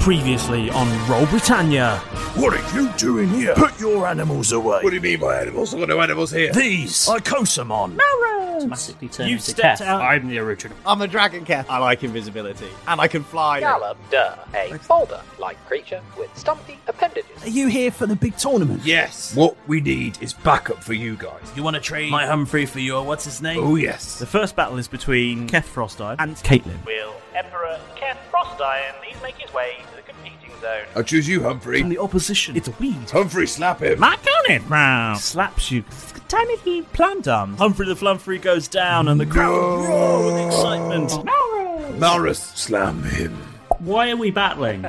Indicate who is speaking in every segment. Speaker 1: Previously on Roll Britannia.
Speaker 2: What are you doing here? Put your animals away.
Speaker 3: What do you mean by animals? I've got no animals here.
Speaker 2: These! I coat them on!
Speaker 4: Automatically turn
Speaker 1: You
Speaker 4: into
Speaker 1: stepped
Speaker 4: Kef.
Speaker 1: out-
Speaker 4: I'm the original.
Speaker 5: I'm a dragon cat.
Speaker 6: I like invisibility. And I can fly.
Speaker 5: a boulder-like creature with stumpy appendages.
Speaker 6: Are you here for the big tournament?
Speaker 3: Yes.
Speaker 6: What we need is backup for you guys.
Speaker 7: You want to trade my Humphrey for your what's his name?
Speaker 6: Oh, yes.
Speaker 1: The first battle is between Kef Frosteye and Caitlin.
Speaker 7: Will Emperor Kef Frosteye please make his way to the competing zone?
Speaker 3: I'll choose you, Humphrey.
Speaker 6: From the opposition.
Speaker 1: It's a weed.
Speaker 3: Humphrey, slap him.
Speaker 1: Matt Conan Brown slaps you. Tiny little plant arm. Humphrey the Flumfrey goes down and the crowd roar with excitement.
Speaker 3: Maurus,
Speaker 2: Slam him.
Speaker 1: Why are we battling?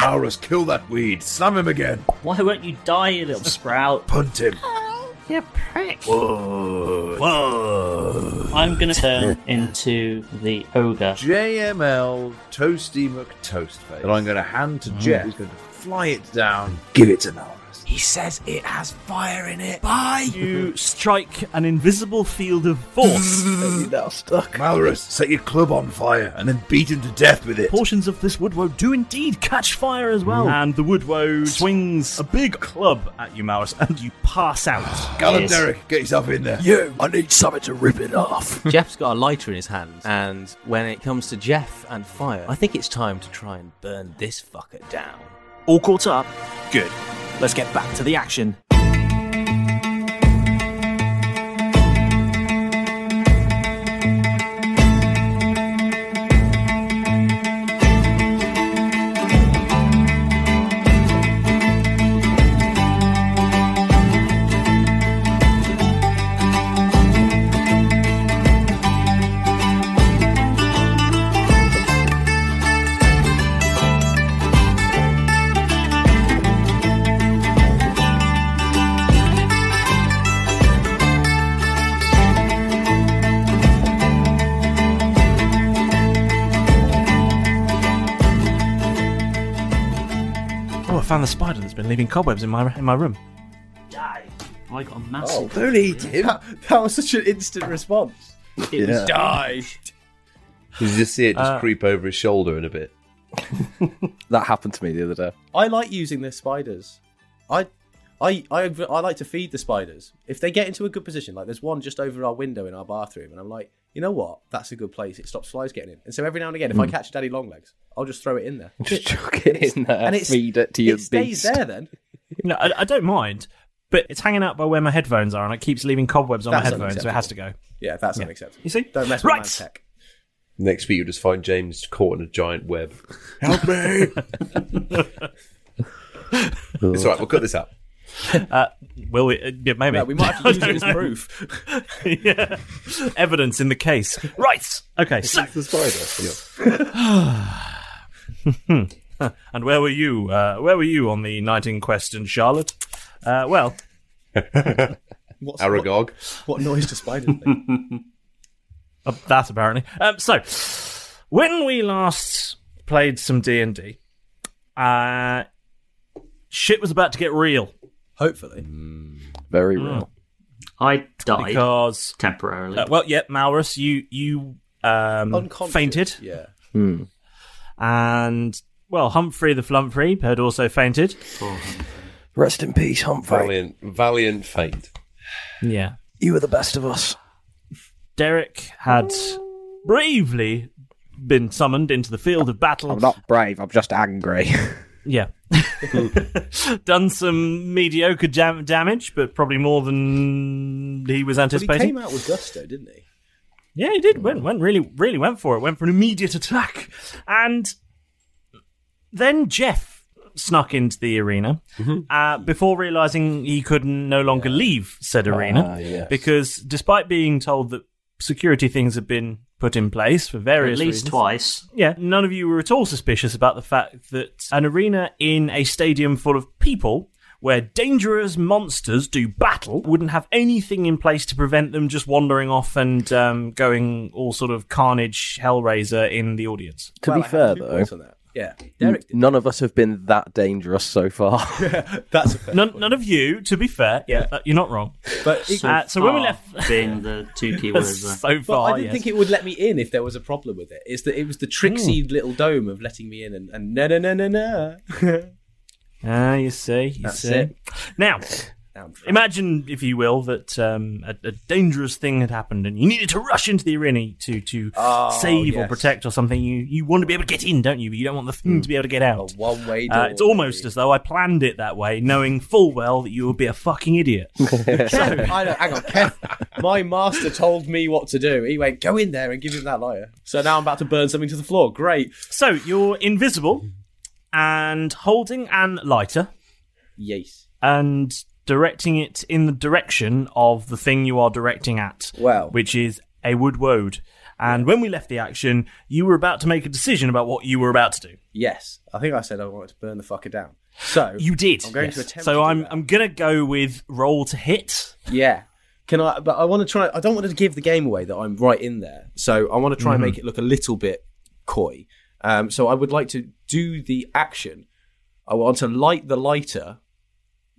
Speaker 3: Maurus, kill that weed. Slam him again.
Speaker 4: Why won't you die, you little sprout?
Speaker 2: Punt him.
Speaker 4: You prick.
Speaker 2: Whoa. Whoa.
Speaker 4: I'm gonna turn into the ogre.
Speaker 3: JML Toasty McToastface that I'm going to hand
Speaker 1: Mm.
Speaker 3: to Jeff. He's going to fly it down.
Speaker 2: Give it to Maurus.
Speaker 6: He says it has fire in it. Bye!
Speaker 1: You strike an invisible field of force.
Speaker 6: You're now stuck.
Speaker 3: Maurus, set your club on fire and then beat him to death with it. Mm.
Speaker 1: Portions of this woodwoe do indeed catch fire as well. And the woodwoe swings a big club at you, Maurus, and you pass out.
Speaker 3: Callum Derrick, get yourself in there.
Speaker 2: You! I need something to rip it off.
Speaker 8: Jeff's got a lighter in his hand, and when it comes to Jeff and fire, I think it's time to try and burn this fucker down.
Speaker 6: All caught up? Good. Let's get back to the action.
Speaker 1: Oh, I found the spider that's been leaving cobwebs in my in my room.
Speaker 4: Die. I got a massive.
Speaker 9: Oh.
Speaker 3: Don't eat him.
Speaker 6: That was such an instant response.
Speaker 4: It was
Speaker 6: Die!
Speaker 3: You just see it
Speaker 1: just Uh,
Speaker 3: creep over his shoulder in a bit.
Speaker 8: That happened to me the other day.
Speaker 6: I like using their spiders. I, I, I, I like to feed the spiders. If they get into a good position, like there's one just over our window in our bathroom, and I'm like, you know what? That's a good place. It stops flies getting in. And so every now and again, if
Speaker 10: Hmm.
Speaker 6: I catch daddy long legs, I'll just throw it in there.
Speaker 8: Just chuck it in there,
Speaker 6: And it's-
Speaker 8: feed it to your
Speaker 6: It stays
Speaker 8: beast.
Speaker 6: there then.
Speaker 1: No, I, I don't mind, but it's hanging out by where my headphones are, and it keeps leaving cobwebs on my
Speaker 6: That's
Speaker 1: headphones, so it has to go.
Speaker 6: Yeah, that's unacceptable.
Speaker 1: You see?
Speaker 6: Don't mess with
Speaker 1: Right.
Speaker 6: my tech.
Speaker 3: Next week, you'll just find James caught in a giant web.
Speaker 11: Help me!
Speaker 3: It's all right, we'll cut this out.
Speaker 1: Will we? Uh, yeah, maybe.
Speaker 6: Yeah, we might have to
Speaker 1: I
Speaker 6: use
Speaker 1: don't
Speaker 6: it as
Speaker 1: know.
Speaker 6: proof.
Speaker 1: yeah. Evidence in the case. Right. Okay. So,
Speaker 3: The spider.
Speaker 1: and where were you? Uh, where were you on the night in question, Charlotte? Uh, well,
Speaker 6: What's, what,
Speaker 3: Aragog.
Speaker 6: what noise do spiders make?
Speaker 1: uh, that apparently. Um, so, when we last played some D and D, uh, shit was about to get real
Speaker 6: Hopefully.
Speaker 8: Very
Speaker 4: Mm.
Speaker 8: real.
Speaker 4: I Hmm. died
Speaker 1: because
Speaker 4: temporarily.
Speaker 1: Uh, well, yeah, Malrus, you you um,
Speaker 6: Unconscious.
Speaker 1: fainted,
Speaker 6: Yeah.
Speaker 9: Hmm.
Speaker 1: and well, Humphrey the Flumfrey had also fainted.
Speaker 8: Rest in peace, Humphrey.
Speaker 3: Valiant, valiant feint.
Speaker 1: Yeah,
Speaker 8: You were the best of us.
Speaker 1: Derek had bravely been summoned into the field of battle.
Speaker 10: I'm not brave. I'm just angry.
Speaker 1: Yeah. Done some mediocre jam- damage, but probably more than he was
Speaker 6: But he came
Speaker 1: anticipating.
Speaker 6: out with gusto, didn't he?
Speaker 1: Yeah, he did.
Speaker 12: Mm.
Speaker 1: Went, went really, really went for it. Went for an immediate attack, and then Jeff snuck into the arena
Speaker 12: Mm-hmm.
Speaker 1: uh, before realizing he could no longer leave said arena
Speaker 12: Ah, yes.
Speaker 1: because, despite being told that security things had been put in place for various
Speaker 13: At least
Speaker 1: reasons-
Speaker 13: twice.
Speaker 1: Yeah, none of you were at all suspicious about the fact that an arena in a stadium full of people. Where dangerous monsters do battle, wouldn't have anything in place to prevent them just wandering off and um, going all sort of carnage hellraiser in the audience.
Speaker 8: To be fair, though,
Speaker 6: Yeah.
Speaker 8: n- none of us have been that dangerous so far.
Speaker 6: That's
Speaker 1: none, none of you, to be fair. Yeah, uh, you're not wrong.
Speaker 6: But
Speaker 1: so, uh, so when we left,
Speaker 13: being the two key words there.
Speaker 10: uh,
Speaker 1: so
Speaker 6: But
Speaker 1: far,
Speaker 6: I didn't
Speaker 1: yes.
Speaker 6: think it would let me in if there was a problem with it. It's that it was the tricksy
Speaker 10: Hmm.
Speaker 6: little dome of letting me in and, and no no no no no.
Speaker 1: Ah, you see, you
Speaker 6: That's
Speaker 1: see.
Speaker 6: it.
Speaker 1: Now, imagine, if you will, that um, a, a dangerous thing had happened and you needed to rush into the arena to to
Speaker 6: Oh,
Speaker 1: save or
Speaker 6: yes.
Speaker 1: protect or something. You you want to be able to get in, don't you? But you don't want the thing
Speaker 6: Hmm.
Speaker 1: to be able to get out.
Speaker 6: one way
Speaker 1: Uh, it's almost as though I planned it that way, knowing full well that you would be a fucking idiot. so,
Speaker 6: I know, hang on, Kev. My master told me what to do. He went, go in there and give him that liar. So now I'm about to burn something to the floor. Great.
Speaker 1: so you're invisible and holding an lighter.
Speaker 6: Yes.
Speaker 1: And directing it in the direction of the thing you are directing at.
Speaker 6: Wow.
Speaker 1: Which is a wood woad. And when we left the action, you were about to make a decision about what you were about to do.
Speaker 6: Yes. I think I said I wanted to burn the fucker down. So
Speaker 1: You did.
Speaker 6: I'm going to
Speaker 1: yes.
Speaker 6: attempt
Speaker 1: so I'm I'm gonna go with roll to hit.
Speaker 6: Yeah. Can I? But I want to try. I don't want to give the game away that I'm right in there. So I want to try and
Speaker 1: Mhm.
Speaker 6: make it look a little bit coy. Um, so I would like to do the action. I want to light the lighter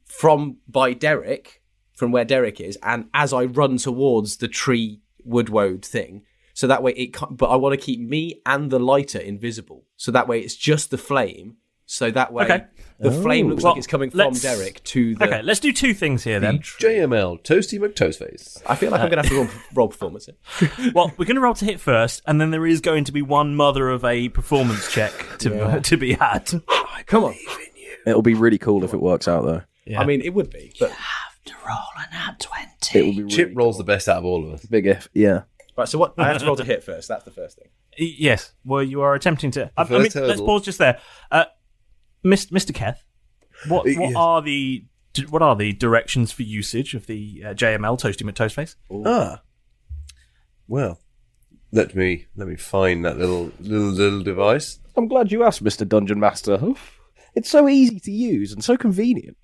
Speaker 6: from by Derek, from where Derek is, and as I run towards the tree woodwode thing. So that way it. ca- But I want to keep me and the lighter invisible. So that way it's just the flame. So that way
Speaker 1: Okay.
Speaker 6: the flame looks
Speaker 1: Well,
Speaker 6: like it's coming from
Speaker 1: let's-
Speaker 6: Derek to the.
Speaker 1: Okay, let's do two things here then.
Speaker 9: JML, Toasty McToastface.
Speaker 6: I feel like I'm going to have to roll, roll performance. here.
Speaker 1: well, we're going to roll to hit first, and then there is going to be one mother of a performance check to
Speaker 6: Yeah.
Speaker 1: to be had.
Speaker 6: Come on.
Speaker 8: It'll be really cool if it works out, though.
Speaker 6: I mean, it would be. But...
Speaker 8: It will be really
Speaker 9: Chip rolls the best out of all of us.
Speaker 8: Big if, yeah.
Speaker 6: Right, so what? I have to roll to hit first. That's the first thing.
Speaker 1: Y- Yes. Well, you are attempting to. I, I
Speaker 6: first
Speaker 1: mean, let's
Speaker 6: hurdle.
Speaker 1: pause just there. Uh, Mis- Mr. Keth, what
Speaker 6: Y-
Speaker 1: what
Speaker 6: yes.
Speaker 1: are the d- what are the directions for usage of the uh, JML Toasty McToastface?
Speaker 9: Ah. Well, let me let me find that little little little device.
Speaker 8: I'm glad you asked, Mr. Dungeon Master. Oof. It's so easy to use and so convenient.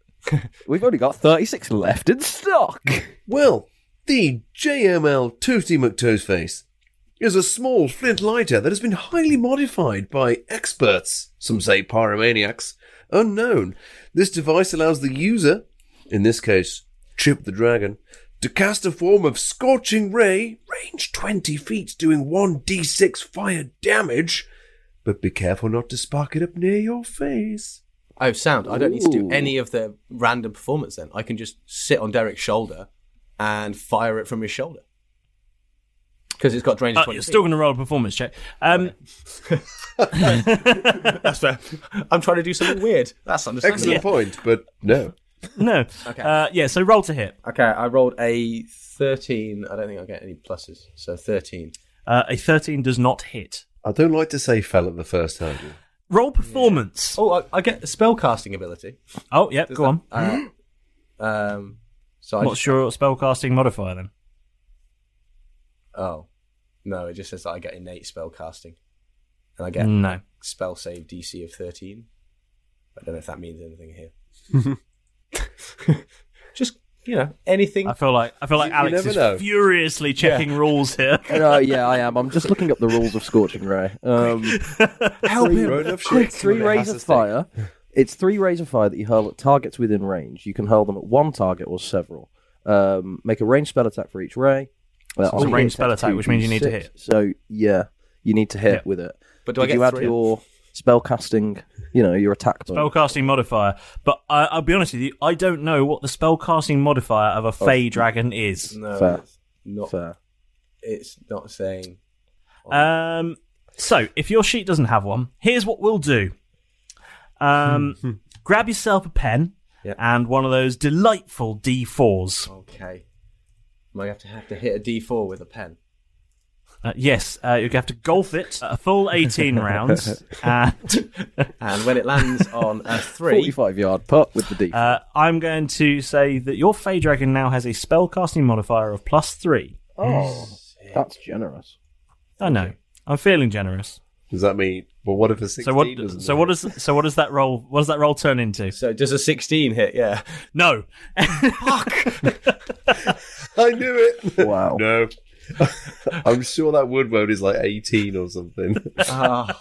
Speaker 8: We've only got 36 left in stock.
Speaker 9: Well, the JML Toasty McToastface is a small flint lighter that has been highly modified by experts, some say pyromaniacs, unknown. This device allows the user, in this case, Chip the Dragon, to cast a form of scorching ray, range 20 feet, doing 1d6 fire damage, but be careful not to spark it up near your face.
Speaker 6: Oh, sound. I don't need to do
Speaker 9: Ooh.
Speaker 6: any of the random performance then. I can just sit on Derek's shoulder and fire it from his shoulder. Because it's got range
Speaker 1: Uh,
Speaker 6: 20
Speaker 1: you're
Speaker 6: feet.
Speaker 1: still going to roll a performance check. Um,
Speaker 6: That's fair. I'm trying to do something weird. That's understandable.
Speaker 9: Excellent point, but no.
Speaker 1: no.
Speaker 6: Okay.
Speaker 1: Uh, yeah. So roll to hit.
Speaker 6: Okay, I rolled a 13. I don't think I get any pluses. So 13.
Speaker 1: Uh, a thirteen does not hit.
Speaker 9: I don't like to say fell at the first hurdle.
Speaker 1: Roll performance.
Speaker 6: Oh, I, I get a spell casting ability.
Speaker 1: Oh, yeah.
Speaker 6: Does
Speaker 1: Go on.
Speaker 6: that- uh, um, so I
Speaker 1: What's
Speaker 6: just,
Speaker 1: your spellcasting modifier then?
Speaker 6: Oh. No, it just says that I get innate spell casting. And I get
Speaker 1: No.
Speaker 6: spell save DC of 13. I don't know if that means anything here. just, you know, anything.
Speaker 1: I feel like I feel like
Speaker 6: You- you
Speaker 1: Alex
Speaker 6: never
Speaker 1: is
Speaker 6: know.
Speaker 1: furiously checking rules here.
Speaker 8: No, Uh, yeah, I am. I'm just looking up the rules of Scorching Ray. Um,
Speaker 1: Help
Speaker 8: three,
Speaker 1: him.
Speaker 8: quick,
Speaker 1: Quick,
Speaker 8: three
Speaker 1: somebody
Speaker 8: rays
Speaker 1: has
Speaker 8: of
Speaker 1: to stay.
Speaker 8: fire. It's three rays of fire that you hurl at targets within range. You can hurl them at one target or several. Um, make a ranged spell attack for each ray.
Speaker 1: So it's a
Speaker 8: on hit,
Speaker 1: ranged spell
Speaker 8: that's
Speaker 1: attack, which means you need to
Speaker 8: 2d6.
Speaker 1: hit.
Speaker 8: So yeah, you need to hit
Speaker 1: Yeah.
Speaker 8: with it.
Speaker 1: But do I
Speaker 8: Did
Speaker 1: get
Speaker 8: you add
Speaker 1: three?
Speaker 8: your spellcasting? You know your attack bonus.
Speaker 1: Spellcasting modifier, but I, I'll be honest with you, I don't
Speaker 6: Oh.
Speaker 1: know what the spellcasting modifier of a Fey Dragon is.
Speaker 6: No,
Speaker 8: Fair.
Speaker 6: not.
Speaker 8: Fair.
Speaker 6: It's not saying.
Speaker 1: Um, so, if your sheet doesn't have one, here's what we'll do.
Speaker 8: Hmm,
Speaker 1: Um, grab yourself a pen and one of those delightful D4s.
Speaker 8: Oh.
Speaker 6: Okay. Am I have to have to hit a D4 with a pen?
Speaker 1: Uh, yes, uh, you have to golf it a full 18 rounds. And,
Speaker 6: and when it lands on a 3.
Speaker 8: 45 yard putt with the D.
Speaker 1: Uh, I'm going to say that your Fey Dragon now has a spellcasting modifier of plus 3.
Speaker 8: Oh, that's generous.
Speaker 1: I know. I'm feeling generous.
Speaker 9: Does that mean? Well, what if a sixteen?
Speaker 1: So what?
Speaker 9: doesn't
Speaker 1: So what does? So what does that roll? What does that roll turn into?
Speaker 6: So does a sixteen hit? Yeah.
Speaker 1: No.
Speaker 9: I knew it.
Speaker 8: Wow.
Speaker 9: no. I'm sure that woodward is like 18 or something.
Speaker 8: well,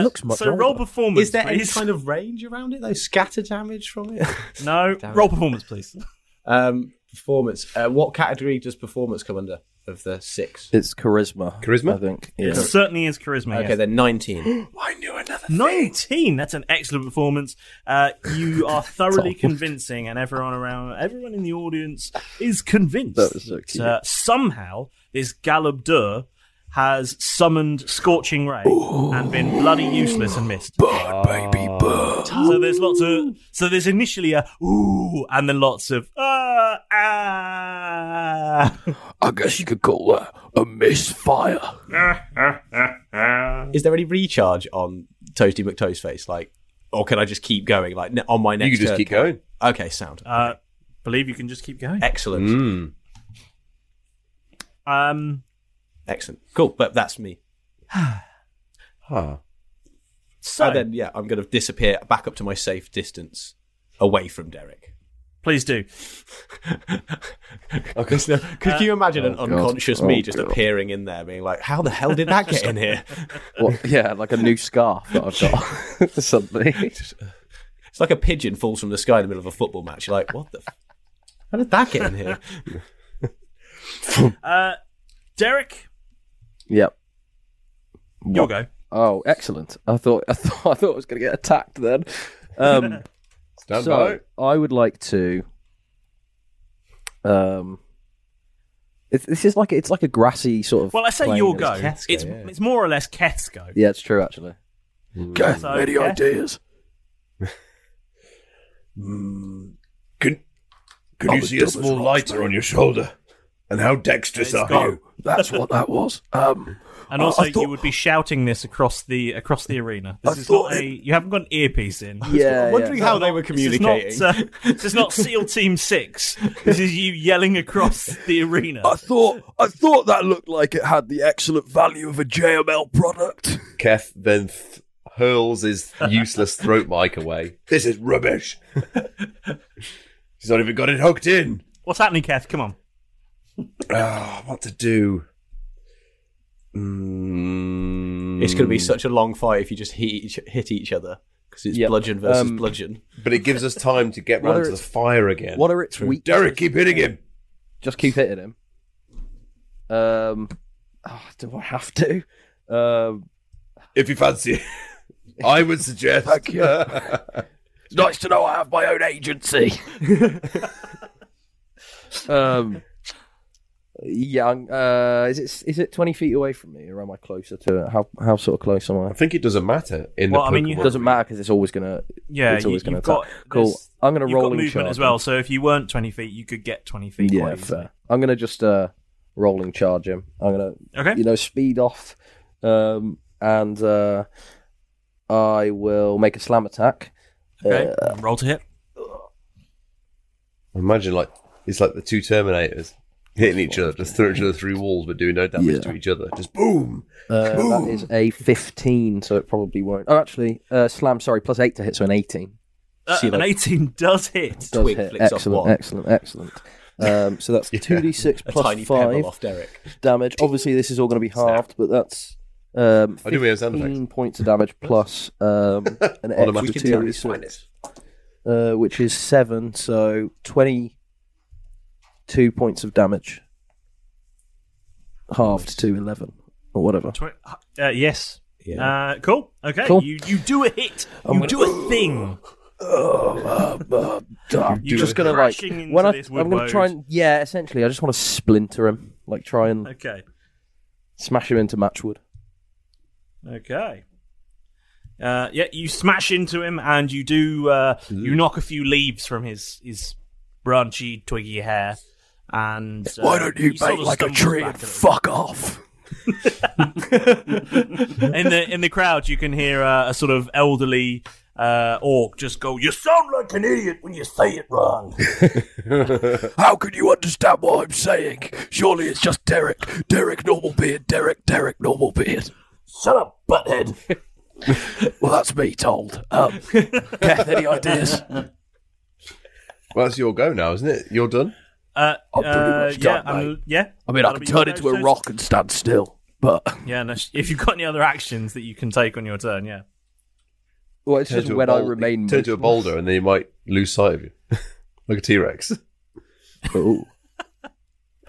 Speaker 8: it looks much
Speaker 1: Uh, so roll
Speaker 8: older.
Speaker 1: performance.
Speaker 6: Is there any
Speaker 1: please.
Speaker 6: kind of range around it though? Scatter damage from it?
Speaker 1: No.
Speaker 6: Damn
Speaker 1: roll
Speaker 6: it.
Speaker 1: performance, please.
Speaker 6: Um, performance. Uh, what category does performance come under of the six?
Speaker 8: It's charisma.
Speaker 6: Charisma?
Speaker 8: I think.
Speaker 1: It certainly is charisma.
Speaker 6: Okay,
Speaker 1: yes.
Speaker 6: then nineteen.
Speaker 1: I knew another. Nineteen. That's an excellent performance. Uh, you are thoroughly convincing, and everyone around, everyone in the audience is convinced
Speaker 8: That was so cute.
Speaker 1: uh, somehow this Galabdur has summoned Scorching Ray and been bloody useless and missed. Bird, baby, bird. So there's lots of. So there's initially a ooh, and then lots of ah ah.
Speaker 14: I guess you could call that a misfire.
Speaker 6: Is there any recharge on Toasty McToastface? Like, or can I just keep going? Like n- on my next.
Speaker 9: can just
Speaker 6: turn
Speaker 9: keep
Speaker 6: point? Okay, sound.
Speaker 1: Uh, believe you can just keep going.
Speaker 6: Excellent.
Speaker 1: Um,
Speaker 6: Excellent. Cool. But that's me.
Speaker 9: huh.
Speaker 1: So
Speaker 6: and then yeah, I'm going to disappear back up to my safe distance, away from Derek.
Speaker 1: please do. Uh,
Speaker 6: Because could you imagine an
Speaker 8: Oh, God.
Speaker 6: unconscious
Speaker 8: Oh,
Speaker 6: me just
Speaker 8: God.
Speaker 6: appearing in there, being like, "How the hell did that get in here?"
Speaker 8: What- yeah, like a new scarf that I've got suddenly.
Speaker 6: It's like a pigeon falls from the sky in the middle of a football match. You're like, "What the? F- how did that get in here?"
Speaker 1: Uh, Derek,
Speaker 8: Yep.
Speaker 1: You'll
Speaker 8: What-
Speaker 1: go.
Speaker 8: Oh, excellent! I thought I thought I thought I was going to get attacked then. Um,
Speaker 9: Stand
Speaker 8: so I would like to. Um, it's this is like it's like a grassy sort of.
Speaker 1: Well, I say
Speaker 8: plain.
Speaker 1: you'll go.
Speaker 8: It's-
Speaker 1: it's it's more or less Keth's go.
Speaker 8: Yeah, it's true actually.
Speaker 1: Mm.
Speaker 14: Gath,
Speaker 1: So,
Speaker 14: any
Speaker 1: yeah.
Speaker 14: ideas?
Speaker 3: Can, can
Speaker 14: I'm
Speaker 3: you
Speaker 14: as
Speaker 3: see
Speaker 14: dumb
Speaker 3: a
Speaker 14: as
Speaker 3: small
Speaker 14: rocks,
Speaker 3: lighter
Speaker 14: mate.
Speaker 3: on your shoulder? And how dexterous
Speaker 1: It's
Speaker 3: are
Speaker 1: got-
Speaker 3: you?
Speaker 14: That's what that was. Um,
Speaker 1: And
Speaker 14: I-
Speaker 1: also,
Speaker 14: I
Speaker 1: you
Speaker 14: thought-
Speaker 1: would be shouting this across the across the arena. This
Speaker 14: I
Speaker 1: is not
Speaker 14: thought
Speaker 1: a. You haven't got an earpiece in.
Speaker 8: Yeah, I'm
Speaker 6: wondering yeah. how they were
Speaker 1: This is, not, uh, this is not SEAL Team Six. This is you yelling across the arena.
Speaker 14: I thought I thought that looked like it had the excellent value of a JML product.
Speaker 9: Kef then th- hurls his useless throat mic away. This is rubbish. He's not even got it hooked in.
Speaker 1: What's happening, Keth? Come on.
Speaker 9: Ah, what to do? Mm.
Speaker 6: It's going to be such a long fight if you just hit each, hit each other because it's bludgeon versus
Speaker 8: Um,
Speaker 6: bludgeon.
Speaker 9: But it gives us time to get
Speaker 8: What
Speaker 9: round
Speaker 8: are
Speaker 9: to the
Speaker 8: its-
Speaker 9: fire again.
Speaker 8: What are its
Speaker 9: True.
Speaker 8: weak?
Speaker 9: Derek, keep hitting him.
Speaker 8: Just keep hitting him. Um, ah, do I have to? Um,
Speaker 9: If you fancy, I would suggest.
Speaker 14: Thank you. It's nice to know I have my own agency.
Speaker 8: um, young. Uh, is it is it twenty feet away from me, or am I closer to it? How how sort of close am I?
Speaker 9: I think it doesn't matter in
Speaker 1: Well,
Speaker 9: the
Speaker 1: I mean, you
Speaker 9: Pokemon.
Speaker 1: have-
Speaker 8: doesn't matter because it's always gonna.
Speaker 1: Yeah,
Speaker 8: it's
Speaker 1: you,
Speaker 8: always
Speaker 1: you've
Speaker 8: gonna
Speaker 1: got
Speaker 8: attack. Cool.
Speaker 1: there's-
Speaker 8: I'm gonna
Speaker 1: you've
Speaker 8: roll
Speaker 1: got movement
Speaker 8: charge.
Speaker 1: as well. So if you weren't twenty feet, you could get twenty feet.
Speaker 8: Yeah,
Speaker 1: quite easily.
Speaker 8: fair. I'm gonna just uh, rolling charge him. I'm gonna
Speaker 1: Okay.
Speaker 8: you know speed off, um, and uh, I will make a slam attack.
Speaker 1: Okay.
Speaker 8: Uh,
Speaker 1: roll to hit.
Speaker 9: Imagine like it's like the two Terminators hitting each other, just throwing each other through walls, but doing no damage
Speaker 8: Yeah.
Speaker 9: to each other. Just boom.
Speaker 8: uh, that
Speaker 9: Boom.
Speaker 8: is a 15, so it probably won't. Oh, actually, uh, slam. Sorry, plus eight to hit, so an 18.
Speaker 1: Uh,
Speaker 8: See,
Speaker 1: an
Speaker 8: like,
Speaker 1: eighteen does hit.
Speaker 8: does
Speaker 6: twig
Speaker 8: hit.
Speaker 6: flicks off
Speaker 8: Excellent,
Speaker 6: one.
Speaker 8: excellent, excellent. Um, so that's two d six
Speaker 6: A
Speaker 8: plus
Speaker 6: tiny
Speaker 8: five
Speaker 6: pebble off Derek.
Speaker 8: damage. Obviously, this is all going to be halved, but that's um,
Speaker 9: I do hear sound effects.
Speaker 8: fifteen points of damage plus um, an
Speaker 9: Automatic
Speaker 8: extra
Speaker 9: attack.
Speaker 8: two d six, uh, which is seven. So twenty-two points of damage, halved to eleven or whatever.
Speaker 1: Twi- uh, yes.
Speaker 8: Yeah.
Speaker 1: Uh, cool. Okay.
Speaker 8: Cool.
Speaker 1: You you do a hit.
Speaker 8: I'm
Speaker 1: you do
Speaker 8: gonna-
Speaker 1: a thing.
Speaker 14: Oh, uh, uh,
Speaker 8: I'm
Speaker 14: You
Speaker 8: just
Speaker 14: go
Speaker 8: gonna like
Speaker 14: crashing into
Speaker 8: when I,
Speaker 14: this
Speaker 8: I'm gonna try
Speaker 14: wood
Speaker 8: and yeah, essentially, I just want to splinter him, like try and
Speaker 1: Okay.
Speaker 8: smash him into matchwood.
Speaker 1: Okay. Uh, yeah, you smash into him and you do. Uh,
Speaker 8: Mm-hmm.
Speaker 1: you knock a few leaves from his his branchy, twiggy hair. And uh,
Speaker 14: Why don't you
Speaker 1: he sort
Speaker 14: bake
Speaker 1: of
Speaker 14: like a
Speaker 1: stumbles
Speaker 14: tree
Speaker 1: back
Speaker 14: and
Speaker 1: a little.
Speaker 14: fuck off?
Speaker 1: in the in the crowd, you can hear uh, a sort of elderly uh, orc just go, "You sound like an idiot when you say it wrong."
Speaker 14: How can you understand what I'm saying? Surely it's just Derek, Derek Normalbeard, Derek, Derek Normalbeard. Shut up, butthead. well, that's me told. Um, Kath, any ideas?
Speaker 9: Well, that's your go now, isn't it? You're done.
Speaker 1: Uh,
Speaker 8: Oh,
Speaker 14: I'm pretty
Speaker 1: uh,
Speaker 14: much
Speaker 1: yeah,
Speaker 14: done,
Speaker 1: I'm-
Speaker 14: mate.
Speaker 1: yeah.
Speaker 14: I mean, I
Speaker 1: That'll
Speaker 14: can
Speaker 1: be
Speaker 14: turn
Speaker 1: your
Speaker 14: into a
Speaker 1: turn.
Speaker 14: rock and stand still, but
Speaker 1: Yeah, and if- if you've got any other actions that you can take on your turn, yeah.
Speaker 8: Well, it's
Speaker 9: Turn
Speaker 8: just
Speaker 9: to a
Speaker 8: when I
Speaker 9: bul-
Speaker 8: remain
Speaker 9: Turn to a
Speaker 8: motionless.
Speaker 9: boulder, and then you might lose sight of you, like a T Rex.
Speaker 8: Oh.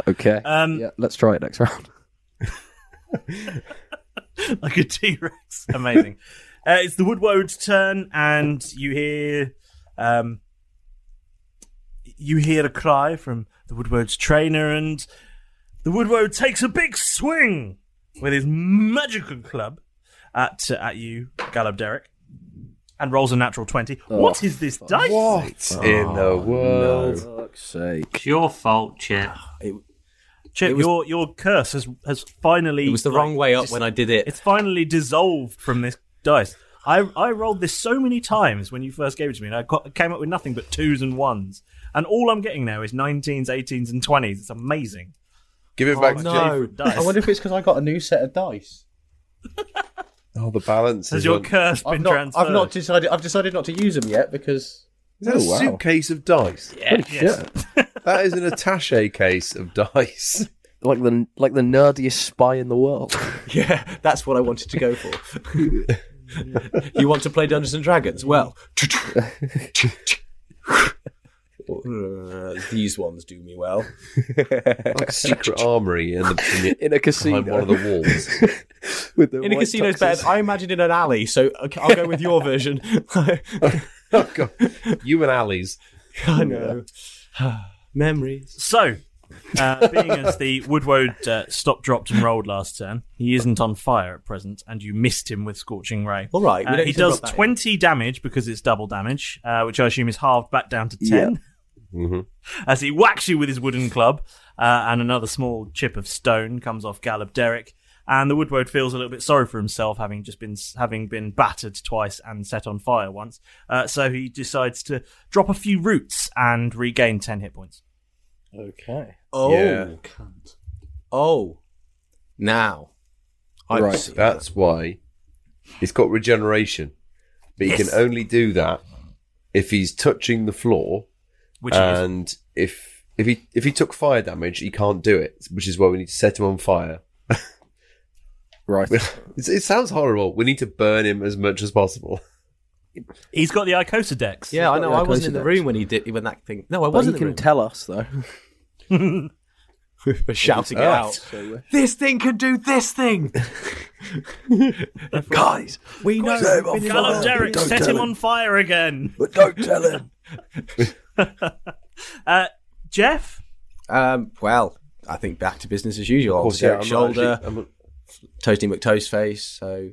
Speaker 8: Okay.
Speaker 1: Um,
Speaker 8: yeah, let's try it next round.
Speaker 1: like a T Rex. Amazing. uh, it's the Woodwode's turn, and you hear, um, you hear a cry from the Woodwode's trainer, and the Woodwode takes a big swing with his magical club at uh, at you, Gallop Derek, and rolls a natural twenty. what is this dice?
Speaker 9: What in
Speaker 6: Oh,
Speaker 9: the world?
Speaker 8: Oh, sake.
Speaker 4: It's your fault, Chip.
Speaker 6: Ah,
Speaker 1: Chip,
Speaker 4: It was-
Speaker 1: your your curse has has finally.
Speaker 12: It was the wrong way up when I did it.
Speaker 1: It's finally dissolved from this dice. I I rolled this so many times when you first gave it to me, and I got, came up with nothing but twos and ones. And all I'm getting now is 19s, 18s, and 20s. It's amazing. Oh
Speaker 9: Give
Speaker 1: it back to
Speaker 6: no.
Speaker 1: Jeffrey Dice.
Speaker 6: I wonder if it's because I got a new set of dice.
Speaker 9: Oh, the balance
Speaker 1: Has
Speaker 9: is
Speaker 1: your
Speaker 9: on-
Speaker 1: curse
Speaker 6: I've
Speaker 1: been
Speaker 6: not,
Speaker 1: transferred?
Speaker 6: I've not decided. I've decided not to use them yet because. Oh,
Speaker 9: Is that a suitcase of dice?
Speaker 6: Yeah. Holy Yes.
Speaker 9: that is an attaché case of dice.
Speaker 8: Like the like the nerdiest spy in the world.
Speaker 6: yeah, that's what I wanted to go for. you want to play Dungeons and Dragons? Well, uh, these ones do me well.
Speaker 9: Like a secret armory in, the, in, the,
Speaker 6: In a casino.
Speaker 9: behind one of the walls.
Speaker 8: With
Speaker 6: in a casino's bed, I imagined in an alley, so okay, I'll go with your version.
Speaker 9: you and alleys.
Speaker 6: I know. Memories.
Speaker 1: So, uh, being as the Woodwode uh, stopped, dropped, and rolled last turn, he isn't on fire at present, and you missed him with Scorching Ray.
Speaker 6: All right,
Speaker 1: Uh,
Speaker 6: we don't
Speaker 1: he
Speaker 6: need to rub
Speaker 1: does
Speaker 6: that in.
Speaker 1: 20 damage because it's double damage, uh, which I assume is halved back down to 10 as he whacks you with his wooden club, uh, and another small chip of stone comes off Gallop Derek. And the Woodwode feels a little bit sorry for himself, having just been having been battered twice and set on fire once. Uh, so he decides to drop a few roots and regain ten hit points.
Speaker 8: Okay.
Speaker 6: Oh,
Speaker 9: Yeah.
Speaker 6: oh, now. I
Speaker 9: right,
Speaker 6: see.
Speaker 9: that's why he's got regeneration, but he
Speaker 6: Yes.
Speaker 9: can only do that if he's touching the floor,
Speaker 1: Which he isn't.
Speaker 9: and if if he if he took fire damage, he can't do it, which is why we need to set him on fire.
Speaker 8: right,
Speaker 9: it, it sounds horrible. We need to burn him as much as possible.
Speaker 1: He's got the Icosa decks.
Speaker 12: Yeah, I know. I wasn't in the
Speaker 6: Coincidence.
Speaker 12: room when he did when that thing. No, I
Speaker 6: But
Speaker 12: wasn't.
Speaker 6: he
Speaker 12: in the
Speaker 6: can
Speaker 8: tell us though.
Speaker 12: room. For shouting
Speaker 9: Oh.
Speaker 12: it out. This thing can do this thing.
Speaker 14: Guys,
Speaker 6: we
Speaker 14: know.
Speaker 1: Gallop Derek, set him on fire again.
Speaker 14: But don't tell him.
Speaker 1: Uh, Jeff,
Speaker 6: Um, well, I think back to business as usual.
Speaker 9: Of course, yeah,
Speaker 6: Derek
Speaker 9: I'm not
Speaker 6: shoulder,
Speaker 9: actually- I'm not- Mm-hmm.
Speaker 6: Toasty McToast face. So,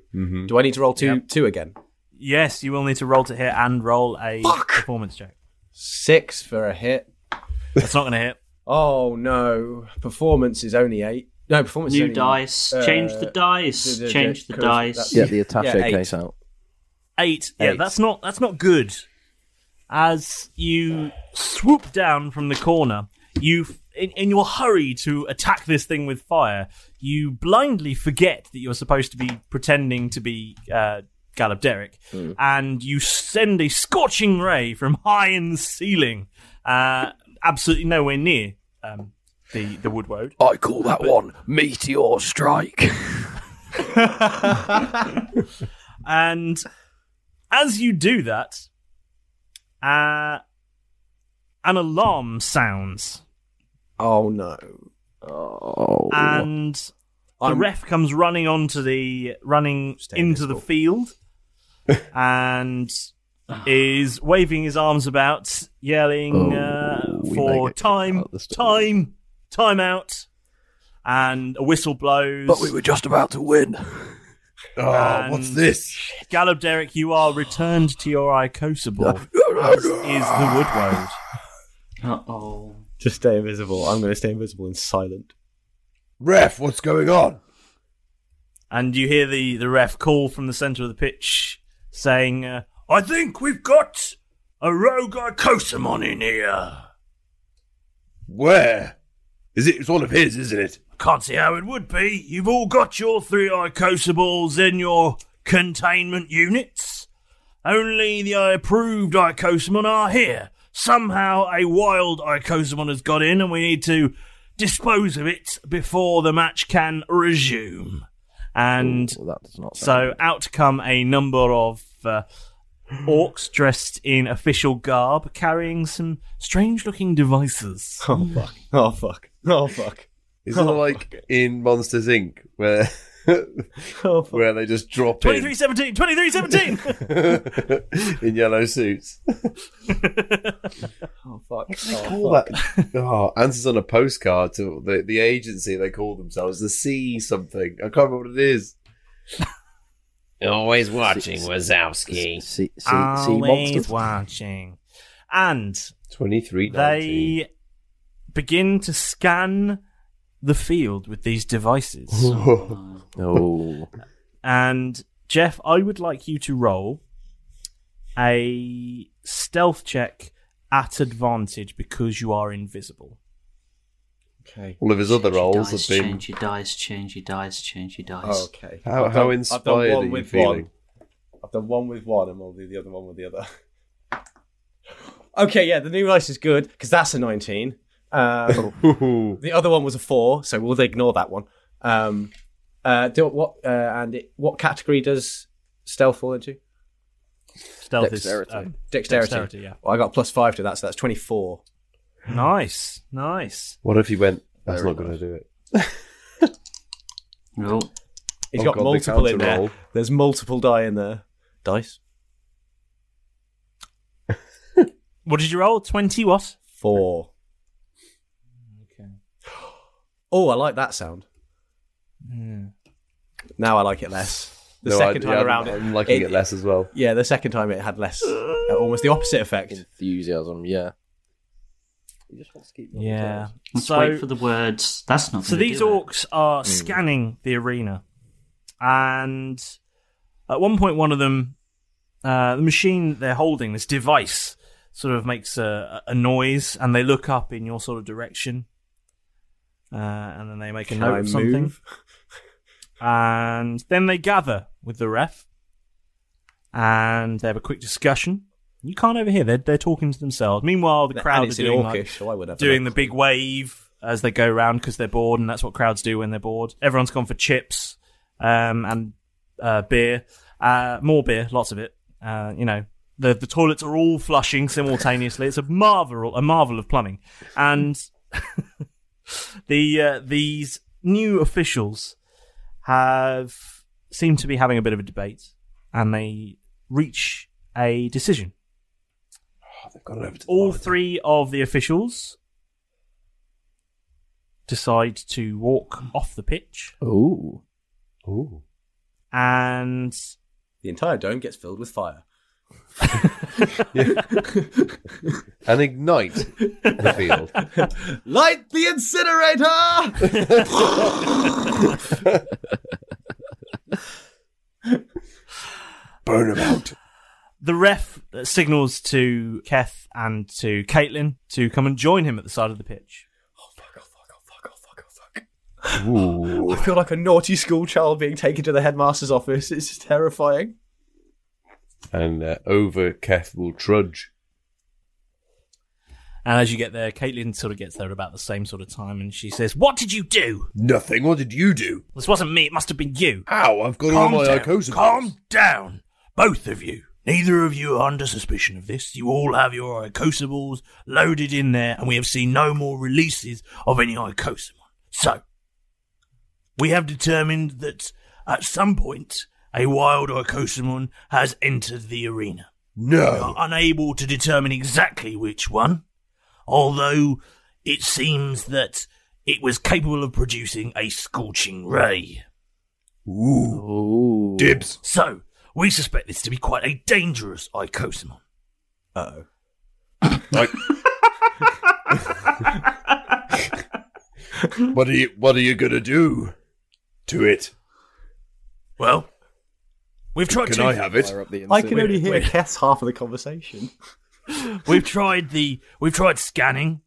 Speaker 6: do I need to roll two two again?
Speaker 1: yes, you will need to roll to hit and roll a performance check.
Speaker 6: Six for a hit.
Speaker 1: That's not going to hit.
Speaker 6: Oh no! Performance is only eight. Uh, No, performance. is
Speaker 4: New
Speaker 6: only-
Speaker 4: dice. Change the dice. Change the
Speaker 6: correct.
Speaker 4: dice.
Speaker 6: That's-
Speaker 8: Get the attaché
Speaker 6: yeah, eight.
Speaker 8: case out.
Speaker 1: Eight. Yeah,
Speaker 6: Eight.
Speaker 1: that's not that's not good. As you swoop down from the corner, you f- in, in your hurry to attack this thing with fire, you blindly forget that you're supposed to be pretending to be uh, Gallop Derek, and you send a scorching ray from high in the ceiling, uh, absolutely nowhere near um, the the Woodwode.
Speaker 14: I call that one meteor strike.
Speaker 1: And as you do that, uh, an alarm sounds,
Speaker 6: Oh no!
Speaker 8: Oh.
Speaker 1: and the
Speaker 6: I'm-
Speaker 1: ref comes running onto the running into the field, and is waving his arms about, yelling
Speaker 14: Oh,
Speaker 1: uh, for time, time, time out, and a whistle blows.
Speaker 14: But we were just about to win.
Speaker 1: Oh,
Speaker 14: what's this?
Speaker 1: Gallop Derek, you are returned to your Icosa ball, as is the woodwound.
Speaker 6: Uh oh. Just stay invisible. I'm going to stay invisible and silent.
Speaker 1: Ref, what's going on? And you hear the, the ref call from the centre of the pitch saying, uh,
Speaker 15: I think we've got a rogue Icosamon in here.
Speaker 3: Where? Is it? It's one of his, isn't it?
Speaker 15: Can't see how it would be. You've all got your three Icosa balls in your containment units. Only the approved Icosamon are here. Somehow a wild Icosamon has got in, and we need to dispose of it before the match can resume.
Speaker 1: and so out come a number of uh, orcs dressed in official garb, carrying some strange-looking devices.
Speaker 6: Oh fuck! Oh fuck! Oh fuck!
Speaker 9: Isn't it like in Monsters Inc. where where they just drop in
Speaker 1: 2317, 2317!
Speaker 9: in yellow suits?
Speaker 6: Oh
Speaker 9: What
Speaker 6: fuck!
Speaker 9: do they call that? Oh, answers on a postcard to the, the agency they call themselves the C something. I can't remember what it is.
Speaker 16: Always watching, Wazowski.
Speaker 8: See,
Speaker 1: Always watching. And
Speaker 9: twenty-three.
Speaker 1: They begin to scan the field with these devices.
Speaker 9: oh.
Speaker 1: And Jeff, I would like you to roll a stealth check at advantage because you are invisible.
Speaker 6: Okay.
Speaker 9: All of his other roles
Speaker 4: dice,
Speaker 9: have been.
Speaker 4: Change your dice, change your dice, change your dice.
Speaker 6: Oh, okay.
Speaker 9: How-
Speaker 6: I've
Speaker 9: how
Speaker 6: done- I've
Speaker 9: inspired
Speaker 6: done
Speaker 9: are
Speaker 6: one
Speaker 9: you
Speaker 6: with
Speaker 9: feeling?
Speaker 6: One. I've done one with one, and I'll do the other one with the other. Okay, yeah, the new rice is good because that's a nineteen. Um, the other one was a four, so we'll ignore that one. Um, uh, do what? Uh, and it, what category does stealth fall into?
Speaker 1: Stealth is, Dexterity. um,
Speaker 6: dexterity.
Speaker 1: dexterity, yeah.
Speaker 6: Well, I got plus five to that, so that's twenty-four.
Speaker 1: Nice, nice.
Speaker 9: What if he went? That's
Speaker 6: Very
Speaker 9: not going to do it.
Speaker 4: no.
Speaker 6: He's
Speaker 9: Oh
Speaker 6: got
Speaker 9: God, they
Speaker 6: multiple in
Speaker 9: counter
Speaker 6: there.
Speaker 9: roll.
Speaker 6: There's multiple die in there. Dice
Speaker 1: What did you roll? 20 what?
Speaker 6: four.
Speaker 1: Okay.
Speaker 6: Oh, I like that sound. Now I like it less. The
Speaker 9: No, I-
Speaker 6: second
Speaker 9: yeah,
Speaker 6: time
Speaker 9: I'm-
Speaker 6: around,
Speaker 9: I'm liking it less as well.
Speaker 6: Yeah, the second time it had less, uh, almost the opposite effect.
Speaker 8: Enthusiasm, yeah. He just wants to keep.
Speaker 1: Yeah.
Speaker 4: Let's wait for the words. That's not.
Speaker 1: So
Speaker 4: gonna
Speaker 1: these
Speaker 4: do it.
Speaker 1: orcs are
Speaker 4: Mm.
Speaker 1: scanning the arena, and at one point, one of them, uh, the machine they're holding, this device, sort of makes a, a noise, and they look up in your sort of direction, uh, and then they make a
Speaker 6: Can
Speaker 1: note
Speaker 6: I
Speaker 1: of something,
Speaker 6: move?
Speaker 1: and then they gather with the ref, and they have a quick discussion. You can't overhear; they're they're talking to themselves. Meanwhile, the
Speaker 6: And
Speaker 1: crowd
Speaker 6: it's
Speaker 1: are
Speaker 6: in
Speaker 1: doing
Speaker 6: Orcish,
Speaker 1: like,
Speaker 6: so I would have a
Speaker 1: doing the big wave as they go round because they're bored, and that's what crowds do when they're bored. Everyone's gone for chips um, and uh, beer, uh, more beer, lots of it. Uh, you know, the the toilets are all flushing simultaneously. It's a marvel, a marvel of plumbing, and the uh, these new officials have seem to be having a bit of a debate, and they reach a decision. All three of the officials decide to walk off the pitch,
Speaker 8: Ooh.
Speaker 9: Ooh.
Speaker 1: and
Speaker 6: the entire dome gets filled with fire.
Speaker 9: and ignite the field.
Speaker 6: Light the incinerator.
Speaker 3: Burn him out.
Speaker 1: the ref signals to Keth and to Caitlin to come and join him at the side of the pitch.
Speaker 6: I feel like a naughty school child being taken to the headmaster's office. It's terrifying.
Speaker 9: And uh, over Keth will trudge.
Speaker 1: And as you get there, Caitlin sort of gets there at about the same sort of time, and she says, "What did you do?
Speaker 3: Nothing. What did you do?
Speaker 1: This wasn't me. It must have been you."
Speaker 3: How? I've got all
Speaker 1: Calm
Speaker 3: my
Speaker 1: down.
Speaker 3: Icosa
Speaker 1: Calm
Speaker 3: down.
Speaker 15: Both of you. Neither of you are under suspicion of this. You all have your Icosaballs loaded in there, and we have seen no more releases of any Icosamon. So, we have determined that at some point, a wild Icosamon has entered the arena. We are unable to determine exactly which one, although it seems that it was capable of producing a scorching ray.
Speaker 3: Ooh. Dibs.
Speaker 15: So, we suspect this to be quite a dangerous Icosamon.
Speaker 6: Uh
Speaker 3: what are you What are you gonna do to it?
Speaker 15: Well, we've tried
Speaker 3: Can
Speaker 15: to.
Speaker 3: I have it?
Speaker 6: I can only hear Kess half of the conversation.
Speaker 15: We've tried the we've tried scanning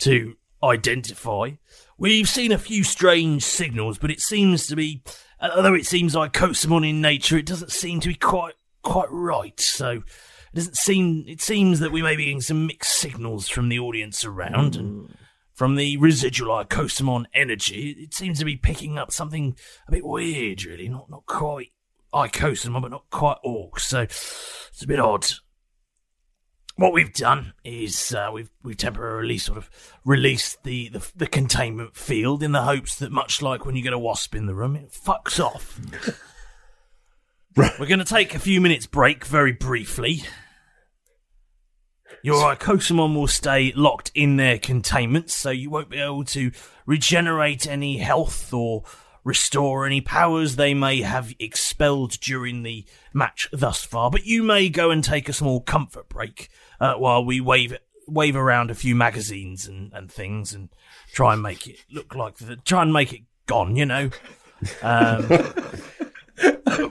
Speaker 15: to identify. We've seen a few strange signals, but it seems to be although it seems like Kosamon in nature, it doesn't seem to be quite quite right. So it doesn't seem it seems that we may be getting some mixed signals from the audience around and from the residual Icosamon energy, it seems to be picking up something a bit weird, really. Not not quite Icosamon, but not quite Orc. So it's a bit odd what we've done is uh, we've we've temporarily sort of released the, the the containment field in the hopes that much like when you get a wasp in the room, it fucks off. We're going to take a few minutes break, very briefly. Your Icosamon will stay locked in their containment, so you won't be able to regenerate any health or restore any powers they may have expelled during the match thus far. But you may go and take a small comfort break uh, while we wave wave around a few magazines and, and things and try and make it look like the, try and make it gone. You know. Um,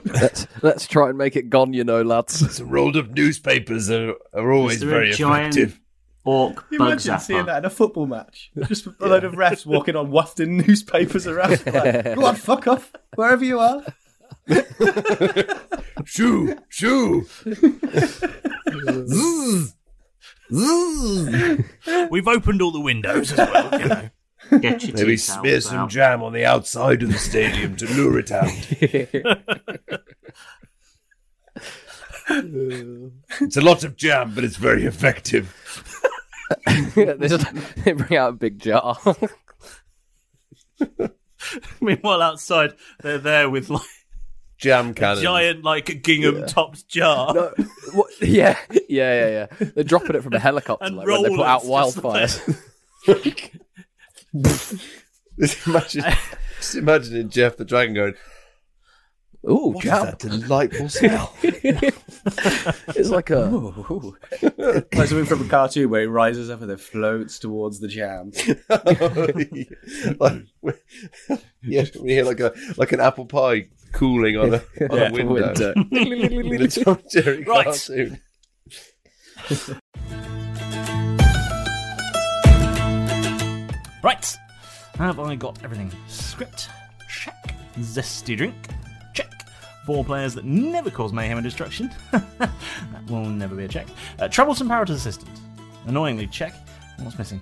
Speaker 8: let's, let's try and make it gone, you know, lads.
Speaker 3: A rolled up newspapers are, are always
Speaker 8: there a
Speaker 3: very
Speaker 8: giant-
Speaker 3: effective.
Speaker 4: Orc
Speaker 6: Can you
Speaker 3: bug
Speaker 6: imagine seeing
Speaker 3: zapper.
Speaker 6: that in a football match? Just a load of refs walking on wafting newspapers around. Like, Go on, fuck off, wherever you are.
Speaker 3: shoo, shoo.
Speaker 15: We've opened all the windows as well. You know.
Speaker 3: Maybe smear some jam on the outside of the stadium to lure it out. it's a lot of jam, but it's very effective.
Speaker 8: they, just, they bring out a big jar.
Speaker 1: Meanwhile, outside, they're there with like
Speaker 3: Jam
Speaker 1: a giant, like a gingham topped jar.
Speaker 8: yeah, yeah, yeah, yeah. They're dropping it from a helicopter
Speaker 1: And
Speaker 8: like when they put
Speaker 1: roll
Speaker 8: out
Speaker 1: it's just
Speaker 8: wildfires.
Speaker 3: Just imagine, just imagining Jeff the Dragon going,
Speaker 8: "Ooh,
Speaker 3: jam. that delightful smell!"
Speaker 8: it's like a.
Speaker 6: like something from a cartoon where it rises up and then floats towards the jam.
Speaker 3: like, yeah, we hear like a like an apple pie cooling on a, on
Speaker 6: Yeah.
Speaker 3: a window.
Speaker 6: Window.
Speaker 3: In a Tom and Jerry
Speaker 6: Right.
Speaker 3: cartoon.
Speaker 1: Right. Have I got everything? Script, check. Zesty drink, check. Four players that never cause mayhem and destruction. that will never be a check. Uh, troublesome Parrot Assistant. Annoyingly, check. What's missing?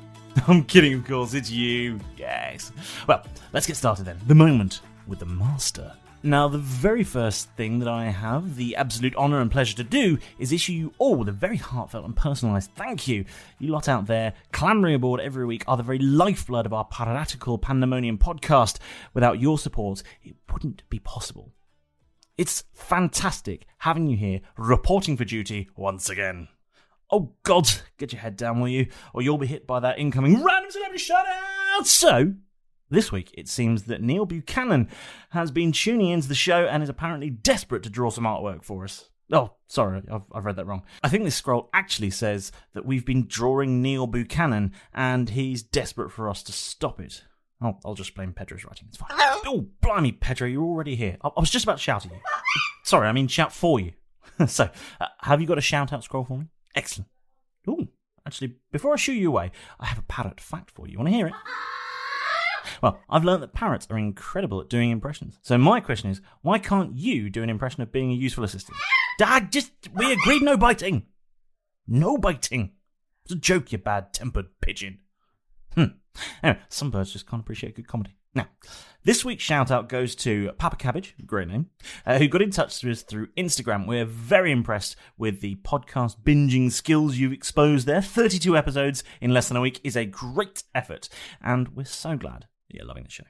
Speaker 1: I'm kidding, of course. It's you. Yes. Well, let's get started then. The moment with the master. Now, the very first thing that I have the absolute honour and pleasure to do is issue you all with a very heartfelt and personalised thank you. You lot out there clamouring aboard every week are the very lifeblood of our piratical pandemonium podcast. Without your support, it wouldn't be possible. It's fantastic having you here reporting for duty once again. Oh God, get your head down, will you? Or you'll be hit by that incoming random celebrity shoutout. So, this week it seems that Neil Buchanan has been tuning into the show and is apparently desperate to draw some artwork for us. Oh, sorry, I've, I've read that wrong. I think this scroll actually says that we've been drawing Neil Buchanan and he's desperate for us to stop it. Oh, I'll just blame Pedro's writing. It's fine. Oh, blimey, Pedro, you're already here. I, I was just about to shout at you. Sorry, I mean shout for you. so, uh, have you got a shout out scroll for me? Excellent. Ooh, actually, before I shoo you away, I have a parrot fact for you. Want to hear it? Well, I've learned that parrots are incredible at doing impressions. So my question is, why can't you do an impression of being a useful assistant? Dad, just we agreed no biting. No biting. It's a joke, you bad-tempered pigeon. Hmm. Anyway, some birds just can't appreciate good comedy. Now, this week's shout out goes to Papa Cabbage, great name, uh, who got in touch with us through Instagram. We're very impressed with the podcast binging skills you've exposed there. 32 episodes in less than a week is a great effort, and we're so glad that you're loving the show.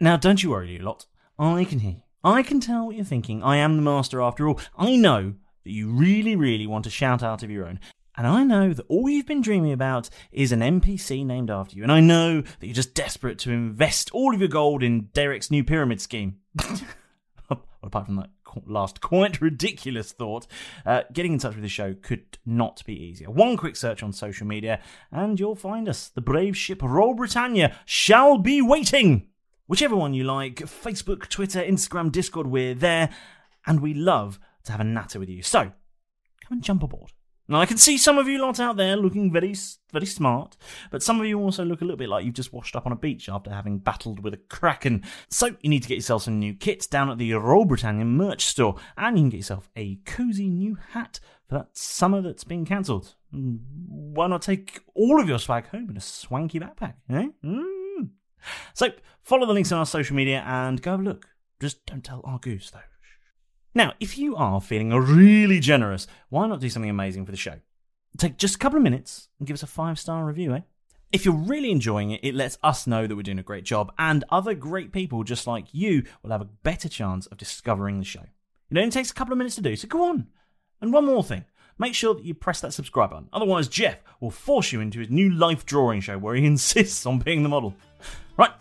Speaker 1: Now, don't you worry, you lot. I can hear you. I can tell what you're thinking. I am the master after all. I know that you really, really want to shout out of your own. And I know that all you've been dreaming about is an NPC named after you. And I know that you're just desperate to invest all of your gold in Derek's new pyramid scheme. apart from that qu- last quite ridiculous thought, uh, getting in touch with the show could not be easier. One quick search on social media, and you'll find us. The brave ship Royal Britannia shall be waiting. Whichever one you like, Facebook, Twitter, Instagram, Discord, we're there, and we love to have a natter with you. So, come and jump aboard. Now, I can see some of you lot out there looking very, s- very smart, but some of you also look a little bit like you've just washed up on a beach after having battled with a kraken. So, you need to get yourself some new kits down at the Royal Britannia merch store, and you can get yourself a cozy new hat for that summer that's been cancelled. Mm, Why not take all of your swag home in a swanky backpack? Eh? Mm. So, follow the links on our social media and go have a look. Just don't tell our goose, though. Now, if you are feeling really generous, why not do something amazing for the show? Take just a couple of minutes and give us a five star review, eh? If you're really enjoying it, it lets us know that we're doing a great job, and other great people just like you will have a better chance of discovering the show. It only takes a couple of minutes to do, so go on. And one more thing make sure that you press that subscribe button, otherwise, Jeff will force you into his new life drawing show where he insists on being the model. Right,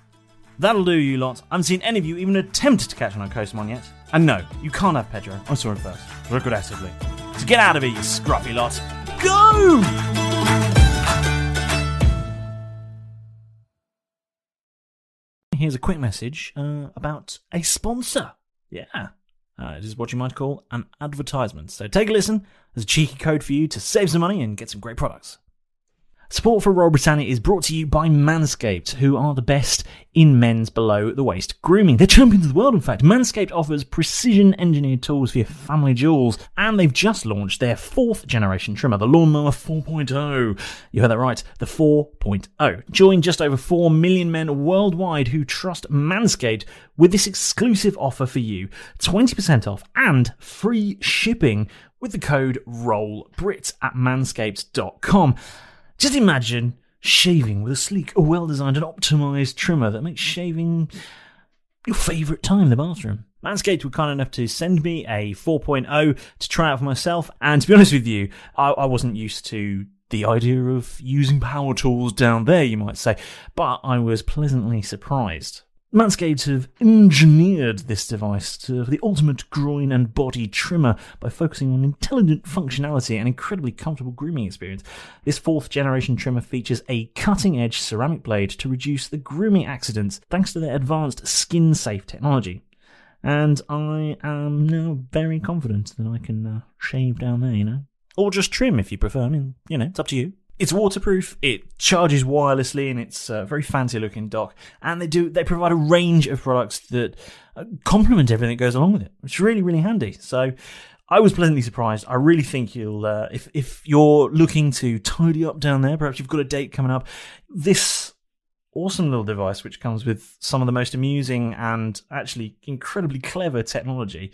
Speaker 1: That'll do you lot. I haven't seen any of you even attempt to catch on a Coastmon yet. And no, you can't have Pedro. I saw him first, regrettably. So get out of here, you scruffy lot. Go! Here's a quick message uh, about a sponsor. Yeah. Uh, it is what you might call an advertisement. So take a listen. There's a cheeky code for you to save some money and get some great products. Support for Royal Britannia is brought to you by Manscaped, who are the best in men's below the waist grooming. They're champions of the world, in fact. Manscaped offers precision engineered tools for your family jewels, and they've just launched their fourth generation trimmer, the Lawnmower 4.0. You heard that right, the 4.0. Join just over 4 million men worldwide who trust Manscaped with this exclusive offer for you 20% off and free shipping with the code ROLLBRIT at manscaped.com. Just imagine shaving with a sleek, well designed, and optimized trimmer that makes shaving your favourite time, the bathroom. Manscaped were kind enough to send me a 4.0 to try out for myself. And to be honest with you, I, I wasn't used to the idea of using power tools down there, you might say, but I was pleasantly surprised. Manscaped have engineered this device to, for the ultimate groin and body trimmer by focusing on intelligent functionality and incredibly comfortable grooming experience. This fourth generation trimmer features a cutting edge ceramic blade to reduce the grooming accidents thanks to their advanced skin safe technology. And I am now very confident that I can uh, shave down there, you know? Or just trim if you prefer. I mean, you know, it's up to you. It's waterproof, it charges wirelessly, and it's a very fancy looking dock. And they do they provide a range of products that uh, complement everything that goes along with it. It's really, really handy. So I was pleasantly surprised. I really think you'll, uh, if, if you're looking to tidy up down there, perhaps you've got a date coming up, this awesome little device, which comes with some of the most amusing and actually incredibly clever technology.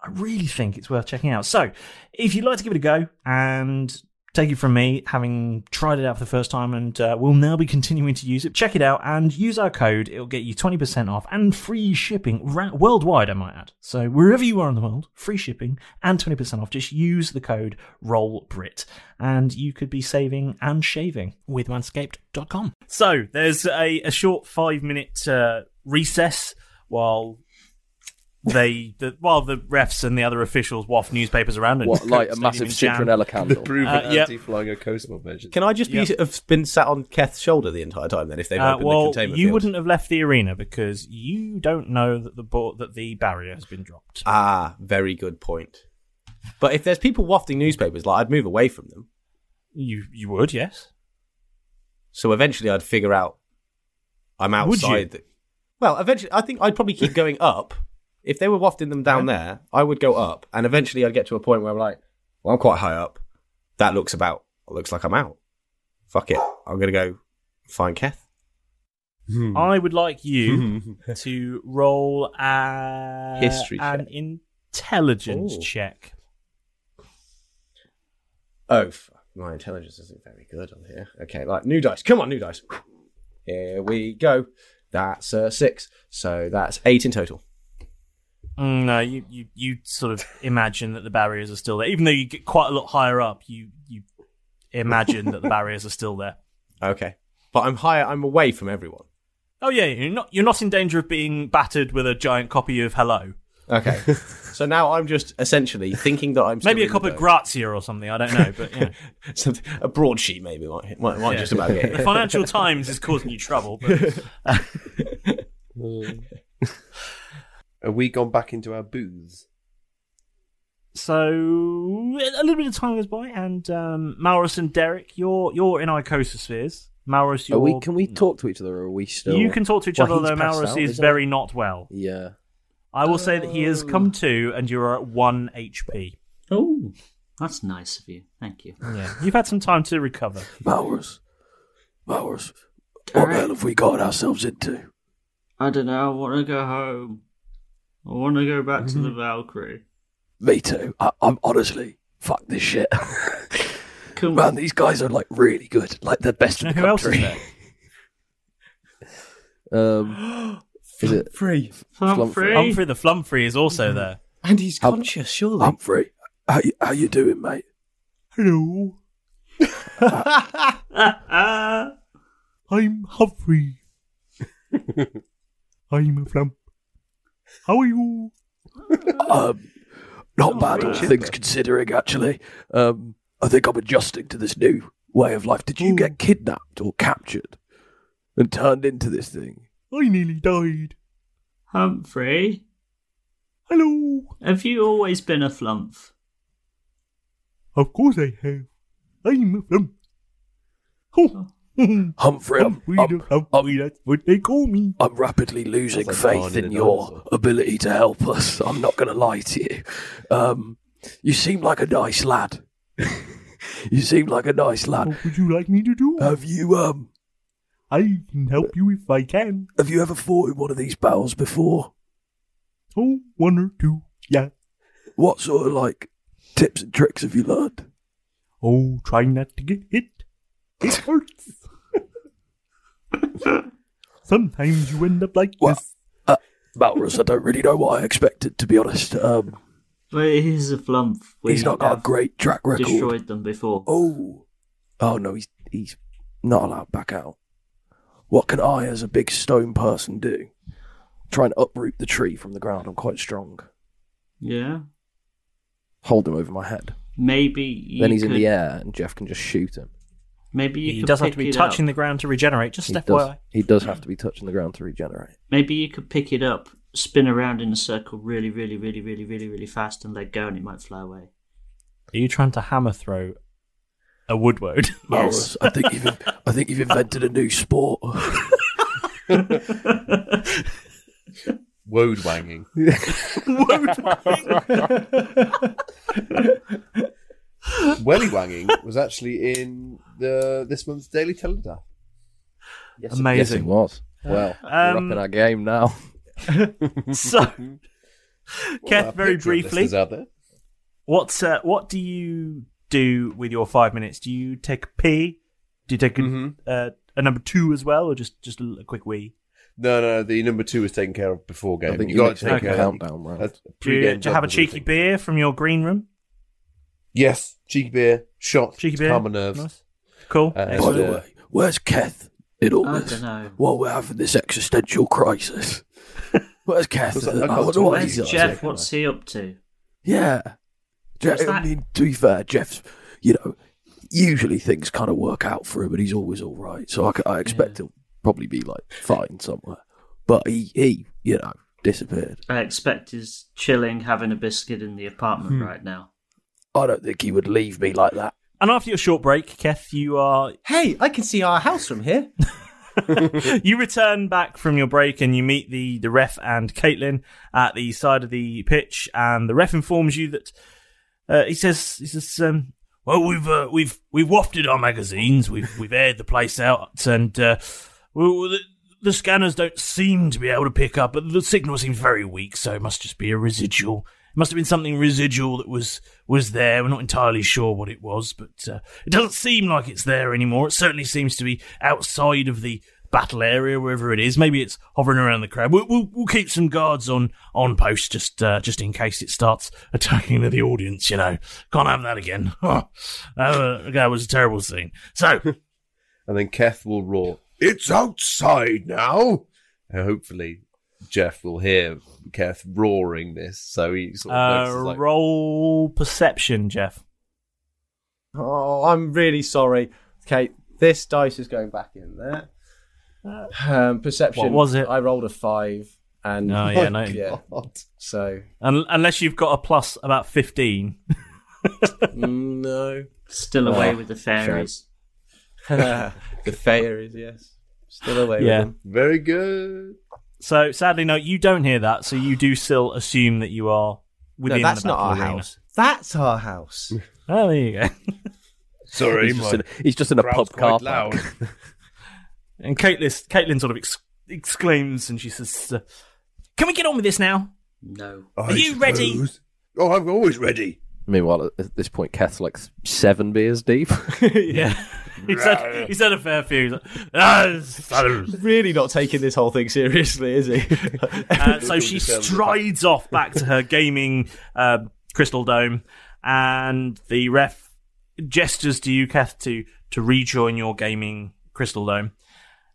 Speaker 1: I really think it's worth checking out. So, if you'd like to give it a go, and take it from me, having tried it out for the first time, and uh, we'll now be continuing to use it. Check it out and use our code. It'll get you 20% off and free shipping ra- worldwide, I might add. So, wherever you are in the world, free shipping and 20% off. Just use the code ROLLBRIT, and you could be saving and shaving with manscaped.com. So, there's a, a short five minute uh, recess while they the, while the refs and the other officials waft newspapers around and
Speaker 8: What, like a
Speaker 1: stadium
Speaker 8: massive
Speaker 1: in jam.
Speaker 8: citronella candle? The
Speaker 3: proven
Speaker 1: Uh, yep.
Speaker 3: anti-flying a coastmore measures.
Speaker 6: Can I just be,
Speaker 3: Yep.
Speaker 6: have been sat on Keth's shoulder the entire time then if they've
Speaker 1: Uh,
Speaker 6: opened the
Speaker 1: well, you
Speaker 6: containment field?
Speaker 1: wouldn't have left the arena because you don't know that the bo- that the barrier has been dropped.
Speaker 6: Ah, very good point. But if there's people wafting newspapers, like I'd move away from them.
Speaker 1: You you would, yes.
Speaker 6: So eventually, I'd figure out I'm
Speaker 1: Would you?
Speaker 6: outside. The, well, eventually, I think I'd probably keep going up. If they were wafting them down there, I would go up, and eventually, I'd get to a point where I'm like, "Well, I'm quite high up. That looks about looks like I'm out. Fuck it. I'm gonna go find Keth." Hmm.
Speaker 1: I would like you to roll a
Speaker 6: History
Speaker 1: Uh, an intelligence
Speaker 6: Ooh.
Speaker 1: check.
Speaker 6: Oh, fuck. my intelligence isn't very good on here. Okay, like new dice. Come on, new dice. Here we go. That's uh, six. So that's eight in total.
Speaker 1: Mm, No, you, you, you sort of imagine that the barriers are still there. Even though you get quite a lot higher up, you, you imagine that the barriers are still there.
Speaker 6: Okay, but I'm higher. I'm away from everyone.
Speaker 1: Oh yeah, you're not you're not in danger of being battered with a giant copy of Hello.
Speaker 6: Okay, so now I'm just essentially thinking that I'm still
Speaker 1: Maybe a
Speaker 6: in
Speaker 1: copy
Speaker 6: the
Speaker 1: of
Speaker 6: boat.
Speaker 1: Grazia or something. I don't know, but yeah.
Speaker 6: Something- a broadsheet maybe might, might, might
Speaker 1: Yeah.
Speaker 6: just about get
Speaker 1: The
Speaker 6: it.
Speaker 1: Financial Times is causing you trouble. But...
Speaker 3: Have we gone back into our booths?
Speaker 1: So a little bit of time goes by, and um, Maurus and Derek, you're you're in icosaspheres. Maurus,
Speaker 8: Are
Speaker 1: you're
Speaker 8: we, can we talk to each other? Or are we still?
Speaker 1: You can talk to each
Speaker 8: Well,
Speaker 1: other,
Speaker 8: he's
Speaker 1: though
Speaker 8: passed
Speaker 1: Maurus
Speaker 8: out,
Speaker 1: is
Speaker 8: isn't
Speaker 1: very
Speaker 8: he?
Speaker 1: not well.
Speaker 8: Yeah.
Speaker 1: I will say that he has
Speaker 14: Oh.
Speaker 1: come to, and you are at one HP.
Speaker 4: Oh, that's nice of you. Thank you.
Speaker 1: Yeah, you've had some time to recover.
Speaker 14: Maurus. Maurus. What the hell have we got ourselves into?
Speaker 4: I don't know. I want to go home. I want to go back to
Speaker 1: Mm-hmm.
Speaker 4: the Valkyrie.
Speaker 14: Me too. I, I'm honestly, fuck this shit.
Speaker 4: Come
Speaker 14: Man, these guys are like really good. Like the best in the
Speaker 1: Who else
Speaker 14: country.
Speaker 1: is there?
Speaker 8: Um, is it
Speaker 6: free?
Speaker 8: Flumfrey.
Speaker 1: Humphrey the Flumfrey is
Speaker 14: Mm-hmm.
Speaker 1: also there.
Speaker 6: And he's
Speaker 14: conscious, surely. Humphrey, how, you- how you doing, mate?
Speaker 15: Hello. I'm Humphrey. I'm a flump. How are you?
Speaker 14: Um, not bad, all things considering, actually. Um, I think I'm adjusting to this new way of life. Did you get kidnapped or captured and turned into this thing?
Speaker 15: I nearly died.
Speaker 4: Humphrey,
Speaker 15: Hello.
Speaker 4: have you always been a flump?
Speaker 15: Of course I have. I'm a flump. Oh.
Speaker 14: Humphrey, I'm,
Speaker 15: Humphrey
Speaker 14: I'm,
Speaker 15: the Humphrey, that's what they call me.
Speaker 14: I'm rapidly losing
Speaker 15: Sounds like
Speaker 14: faith
Speaker 15: Barney
Speaker 14: in
Speaker 15: the
Speaker 14: your
Speaker 15: dinosaur.
Speaker 14: ability to help us. I'm not going to lie to you. Um, you seem like a nice lad. you seem like a nice lad.
Speaker 15: Would you like me to do?
Speaker 14: Have you um?
Speaker 15: I can help you if I can.
Speaker 14: Have you ever fought in one of these battles before?
Speaker 15: Oh, one or two. Yeah.
Speaker 14: What sort of like tips and tricks have you learned?
Speaker 15: Oh, try not to get hit. It hurts. Sometimes you end up like this.
Speaker 14: Uh, Malrus, I don't really know what I expected to be honest. Um,
Speaker 4: Well, he's a flump. We
Speaker 14: He's not got a
Speaker 4: have
Speaker 14: great track record.
Speaker 4: Destroyed them before.
Speaker 14: Oh, oh no, he's he's not allowed back out. What can I, as a big stone person, do? Try and uproot the tree from the ground. I'm quite strong.
Speaker 4: Yeah.
Speaker 8: Hold him over my head.
Speaker 4: Maybe you
Speaker 8: then he's in
Speaker 4: could-
Speaker 8: the air, and Jeff can just shoot him.
Speaker 4: Maybe you
Speaker 1: He
Speaker 4: could
Speaker 1: does have
Speaker 4: pick
Speaker 1: to be
Speaker 4: it
Speaker 1: touching
Speaker 4: up.
Speaker 1: the ground to regenerate. Just
Speaker 8: He
Speaker 1: FYI.
Speaker 8: does, he does have to be touching the ground to regenerate.
Speaker 4: Maybe you could pick it up, spin around in a circle really, really, really, really, really, really fast, and let go, and it might fly away.
Speaker 1: Are you trying to hammer throw a woodwode?
Speaker 14: Malrus, I think you've I think you've invented a new sport.
Speaker 3: Woad wanging. Welly wanging was actually in the this month's Daily Telegraph.
Speaker 8: Yes,
Speaker 1: Amazing.
Speaker 8: Yes, it was. Well,
Speaker 1: Um,
Speaker 8: we're up in our game now.
Speaker 1: so, Kev,
Speaker 3: our
Speaker 1: very
Speaker 3: Patreon
Speaker 1: briefly,
Speaker 3: listeners out there.
Speaker 1: what uh, what do you do with your five minutes? Do you take a pee? Do you take a,
Speaker 3: Mm-hmm.
Speaker 1: uh, a number two as well, or just just a, l- a quick wee?
Speaker 3: No, no, the number two was taken care of before game.
Speaker 8: I think
Speaker 3: you
Speaker 8: you
Speaker 3: got
Speaker 8: mixed
Speaker 3: to take
Speaker 8: up the
Speaker 3: a
Speaker 8: countdown round.
Speaker 3: a
Speaker 1: Do you,
Speaker 3: pre-game
Speaker 1: do you have a
Speaker 3: jump
Speaker 1: cheeky
Speaker 3: routine.
Speaker 1: beer from your green room?
Speaker 3: Yes, cheeky beer, shot,
Speaker 1: Cheeky beer,
Speaker 3: calm my nerves.
Speaker 1: nice. Cool.
Speaker 3: Uh,
Speaker 14: By the
Speaker 3: uh,
Speaker 14: way, where's Keth in all
Speaker 4: I
Speaker 14: this?
Speaker 4: dunno.
Speaker 14: While we're having this existential crisis, where's Keth?
Speaker 3: Looks like I
Speaker 14: I
Speaker 3: got
Speaker 14: wonder what
Speaker 4: Where's
Speaker 14: he's up
Speaker 4: Jeff?
Speaker 14: to.
Speaker 4: What's he up to?
Speaker 14: Yeah. Je-
Speaker 4: What's
Speaker 14: I
Speaker 4: that?
Speaker 14: mean, to be fair, Jeff's, you know, usually things kind of work out for him and he's always all right. So I, c- I expect he'll probably be like fine somewhere. But he, he you know, disappeared.
Speaker 4: I expect he's chilling, having a biscuit in the apartment
Speaker 14: Hmm.
Speaker 4: right now.
Speaker 14: I don't think he would leave me like that.
Speaker 1: And after your short break, Keith, you are
Speaker 6: Hey, I can see our house from here.
Speaker 1: you return back from your break and you meet the, the ref and Caitlin at the side of the pitch, and the ref informs you that uh, he says he says um,
Speaker 15: Well, we've uh, we've we've wafted our magazines. We've we've aired the place out, and uh, well, the, the scanners don't seem to be able to pick up. But the signal seems very weak, so it must just be a residual. It must have been something residual that was was there. We're not entirely sure what it was, but uh, it doesn't seem like it's there anymore. It certainly seems to be outside of the
Speaker 1: battle area, wherever it is. Maybe it's hovering around the crab. We'll, we'll, we'll keep some guards on on post just uh, just in case it starts attacking the audience. You know, can't have that again.
Speaker 15: Oh,
Speaker 1: Uh, that was a terrible scene. So,
Speaker 3: and then Keth will roar, "It's outside now." And hopefully, Jeff will hear Keth roaring this, so he sort of
Speaker 1: uh,
Speaker 3: notices, like,
Speaker 1: roll perception, Jeff.
Speaker 6: Oh, I'm really sorry. Okay, this dice is going back in there. Um, perception.
Speaker 1: What was it?
Speaker 6: I rolled a five, and
Speaker 1: Oh, yeah, no.
Speaker 6: So
Speaker 1: Un- unless you've got a plus about fifteen.
Speaker 6: no,
Speaker 4: Still
Speaker 1: Ah,
Speaker 4: away with the fairies.
Speaker 6: the fairies, yes, still away.
Speaker 1: Yeah.
Speaker 6: with them.
Speaker 3: Very good.
Speaker 1: So sadly, no, you don't hear that. So you do still assume that you are within.
Speaker 6: no, that's
Speaker 1: the
Speaker 6: not
Speaker 1: battle
Speaker 6: our
Speaker 1: arena.
Speaker 6: house. That's our house.
Speaker 1: Oh, there you go.
Speaker 3: Sorry,
Speaker 8: he's, just in, he's just in a pub car. park.
Speaker 1: And Caitlin, Caitlin sort of ex- exclaims, and she says, uh, "Can we get on with this now?
Speaker 4: No.
Speaker 1: Are you ready?"
Speaker 3: Oh, I'm always ready.
Speaker 8: Meanwhile, at this point, Kath's like seven beers deep.
Speaker 1: yeah. He said, he said a fair few. He's like, "Ah, it's- I don't know."
Speaker 6: really not taking this whole thing seriously, is he?
Speaker 1: Uh, so she
Speaker 3: Um,
Speaker 1: strides off back to her gaming uh, crystal dome, and the ref gestures to you, Kath, to to rejoin your gaming crystal dome.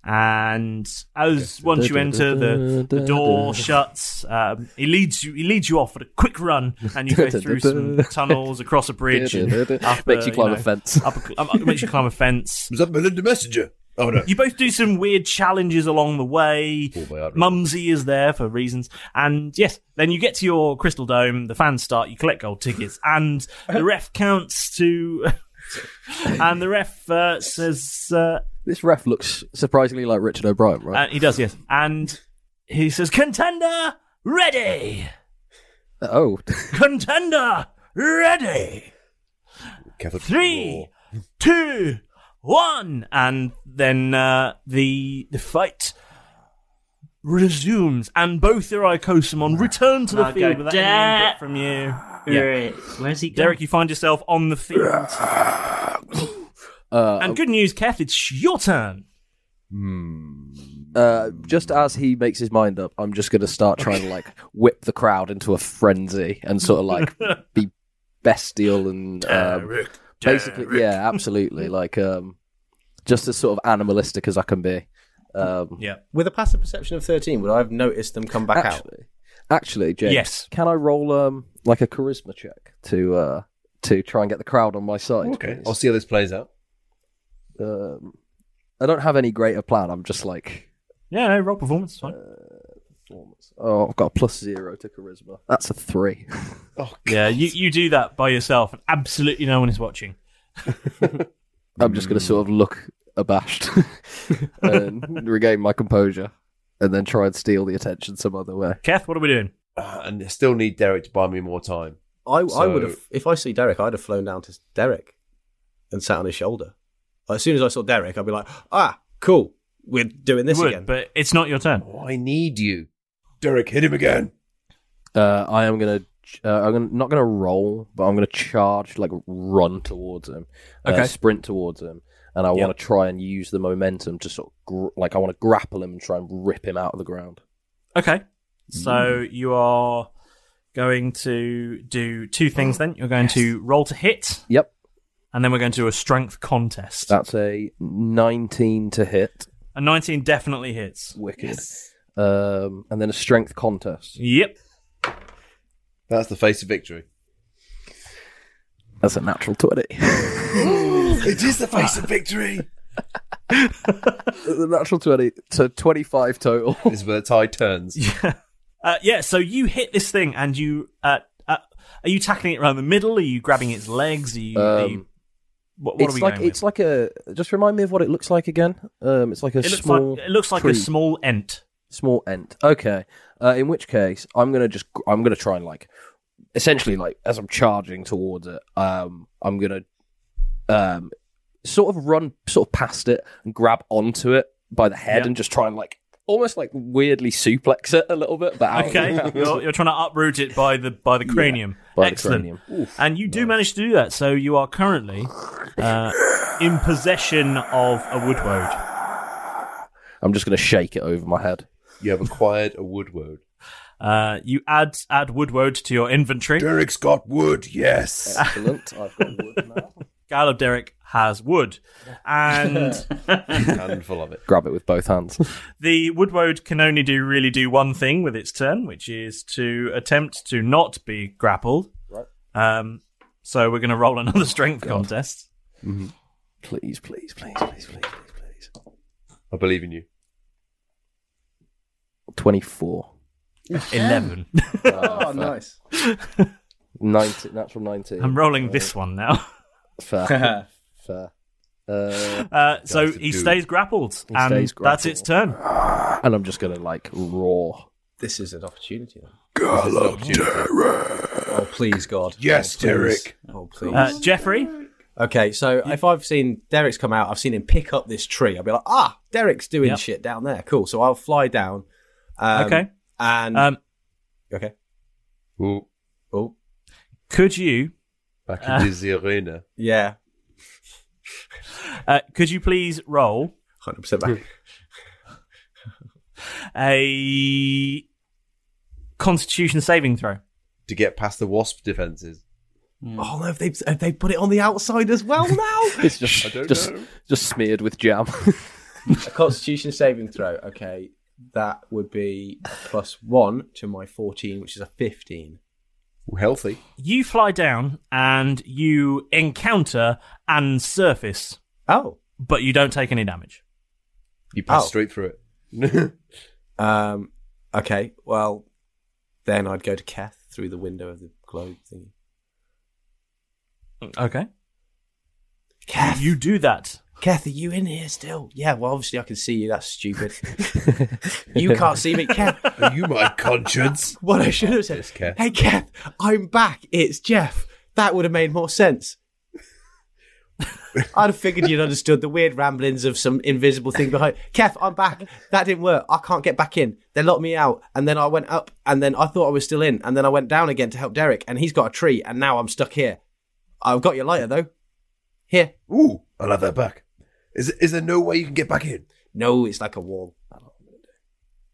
Speaker 1: And as once you enter, the, the door shuts. Um, he leads you. He leads you off at a quick run, and you go through some tunnels across a bridge. and up
Speaker 8: Makes you climb a
Speaker 1: know,
Speaker 8: fence.
Speaker 1: Up a, um, makes you climb a fence.
Speaker 3: Was that Melinda Messenger? Oh no.
Speaker 1: You both do some weird challenges along the way. Mumsy is there for reasons. And yes, then you get to your crystal dome, the fans start, you collect gold tickets, and the ref counts to. and the ref uh, says. Uh,
Speaker 8: This ref looks surprisingly like Richard O'Brien, right?
Speaker 1: uh, he does, yes. And he says, Contender, ready!
Speaker 8: oh,
Speaker 1: Contender, ready! Three, two, one, and then uh, the the fight resumes, and both your Icosomon return to the
Speaker 4: Now go,
Speaker 1: field without any
Speaker 4: "Derek!"
Speaker 1: input from you.
Speaker 4: Derek, where's he
Speaker 1: Derek, you find yourself on the field.
Speaker 8: Uh,
Speaker 1: and good news, Keth, it's your turn.
Speaker 8: Uh, just as he makes his mind up, I'm just going to start trying to like whip the crowd into a frenzy and sort of like be bestial and um,
Speaker 1: Derek,
Speaker 8: basically, yeah, absolutely, like um, just as sort of animalistic as I can be. Um,
Speaker 1: yeah.
Speaker 6: With a passive perception of thirteen, would I have noticed them come back out?
Speaker 8: Actually, James,
Speaker 6: Yes.
Speaker 8: can I roll um like a charisma check to uh to try and get the crowd on my side?
Speaker 3: Okay,
Speaker 8: please?
Speaker 3: I'll see how this plays out.
Speaker 8: Um, I don't have any greater plan. I'm just like,
Speaker 1: Yeah, no, roll performance, it's fine.
Speaker 8: oh, I've got a plus zero to charisma. That's a three.
Speaker 1: yeah, you, you do that by yourself, and absolutely no one is watching.
Speaker 8: I'm just going to sort of look abashed and regain my composure and then try and steal the attention some other way.
Speaker 1: Keth, what are we doing?
Speaker 3: Uh, and I still need Derek to buy me more time.
Speaker 6: I, I
Speaker 3: So-
Speaker 6: would have if I see Derek, I'd have flown down to Derek and sat on his shoulder. As soon as I saw Derek, I'd be like, ah, cool, we're doing this
Speaker 1: You would,
Speaker 6: again.
Speaker 1: but it's not your turn.
Speaker 3: Oh, I need you. Derek, hit him again.
Speaker 8: Uh, I am going to. Uh, I'm gonna, not going to roll, but I'm going to charge, like run towards him, uh,
Speaker 1: Okay.
Speaker 8: sprint towards him, and I
Speaker 1: Yep.
Speaker 8: want to try and use the momentum to sort of gr- like I want to grapple him and try and rip him out of the ground.
Speaker 1: Okay. So
Speaker 8: Mm.
Speaker 1: you are going to do two things then. You're going to roll to hit.
Speaker 8: Yep.
Speaker 1: And then we're going to do a strength contest.
Speaker 8: That's a 19 to hit,
Speaker 1: A 19 definitely hits.
Speaker 8: Wicked. um, and then a strength contest.
Speaker 1: Yep.
Speaker 3: That's the face of victory.
Speaker 8: That's a natural 20.
Speaker 3: it is the face of victory.
Speaker 8: the natural 20, so 25 total.
Speaker 3: This is where the tie turns.
Speaker 1: Uh, yeah, so you hit this thing and you. Uh, uh, are you tackling it around the middle? Are you grabbing its legs? Are you. are you
Speaker 8: Um,
Speaker 1: what, what
Speaker 8: it's
Speaker 1: are we
Speaker 8: like
Speaker 1: going with?
Speaker 8: it's like a. Just remind me of what it looks like again. Um, it's like a
Speaker 1: It looks
Speaker 8: small.
Speaker 1: like- it looks like a
Speaker 8: tree.
Speaker 1: small ent.
Speaker 8: Small ent. Okay. Uh, in which case, I'm gonna just. I'm gonna try and like, essentially, like as I'm charging towards it, um, I'm gonna, um, sort of run sort of past it and grab onto it by the head
Speaker 1: Yeah.
Speaker 8: and just try and like almost like weirdly suplex it a little bit, but out
Speaker 1: Okay, you're, you're trying to uproot it by the by the cranium.
Speaker 8: by the
Speaker 1: Excellent.
Speaker 8: cranium.
Speaker 1: And you do manage to do that, so you are currently uh, in possession of a woodwode.
Speaker 8: I'm just going to shake it over my head.
Speaker 3: You have acquired a woodwode.
Speaker 1: Uh, you add add woodwode to your inventory.
Speaker 3: Derek's got wood, yes.
Speaker 8: Excellent. I've got wood now.
Speaker 1: Gallup Derek has wood, and
Speaker 3: handful of it.
Speaker 8: Grab it with both hands.
Speaker 1: The woodwode can only do really do one thing with its turn, which is to attempt to not be grappled.
Speaker 8: Right.
Speaker 1: Um, so we're going to roll another strength contest.
Speaker 3: Mm-hmm.
Speaker 8: Please, please, please, please, please, please, please.
Speaker 3: I believe in you.
Speaker 8: 24.
Speaker 1: Eleven.
Speaker 6: oh, nice.
Speaker 8: 19, natural 19.
Speaker 1: I'm rolling this one now.
Speaker 8: Fair. Fair. Uh,
Speaker 1: Uh, so he stays grappled,
Speaker 8: He
Speaker 1: and
Speaker 8: stays
Speaker 1: that's its turn.
Speaker 8: and I'm just going to like roar.
Speaker 6: This is an opportunity. Then.
Speaker 8: Gallop,
Speaker 6: Oh please, God.
Speaker 3: Yes,
Speaker 6: oh, please.
Speaker 3: Derek.
Speaker 6: Oh please,
Speaker 1: Uh, Jeffrey,
Speaker 6: Okay, so if I've seen Derek's come out, I've seen him pick up this tree. I'll be like, ah, Derek's doing
Speaker 1: Yep.
Speaker 6: shit down there. Cool. So I'll fly down. Um,
Speaker 1: Okay.
Speaker 6: And
Speaker 1: Um,
Speaker 6: okay.
Speaker 3: Ooh,
Speaker 6: Oh
Speaker 1: could you
Speaker 3: back into
Speaker 1: Uh,
Speaker 3: the arena.
Speaker 6: yeah,
Speaker 1: uh, could you please roll
Speaker 6: hundred percent back.
Speaker 1: a Constitution saving throw?
Speaker 3: To get past the wasp defenses.
Speaker 6: Oh no, have they have they put it on the outside as well now?
Speaker 8: It's just, just, just smeared with jam.
Speaker 6: A Constitution saving throw. Okay, that would be plus one to my fourteen, which is a fifteen.
Speaker 3: Healthy.
Speaker 1: You fly down and you encounter and surface.
Speaker 6: Oh.
Speaker 1: But you don't take any damage.
Speaker 3: You pass
Speaker 6: Oh.
Speaker 3: straight through it.
Speaker 6: Um, okay, well, then I'd go to Keth through the window of the globe thingy.
Speaker 1: Okay. You do that.
Speaker 6: Keth, are you in here still? Yeah, well, obviously I can see you. That's stupid. you can't see me, Keth.
Speaker 3: Are you my conscience?
Speaker 6: What I should have said.
Speaker 3: Keth.
Speaker 6: Hey, Keth, I'm back. It's Jeff. That would have made more sense. I'd have figured you'd understood the weird ramblings of some invisible thing behind. Keth, I'm back. That didn't work. I can't get back in. They locked me out, and then I went up, and then I thought I was still in, and then I went down again to help Derek, and he's got a tree, and now I'm stuck here. I've got your lighter though. Here.
Speaker 3: Ooh, I'll have that back. Is is there no way you can get back in?
Speaker 6: No, it's like a wall.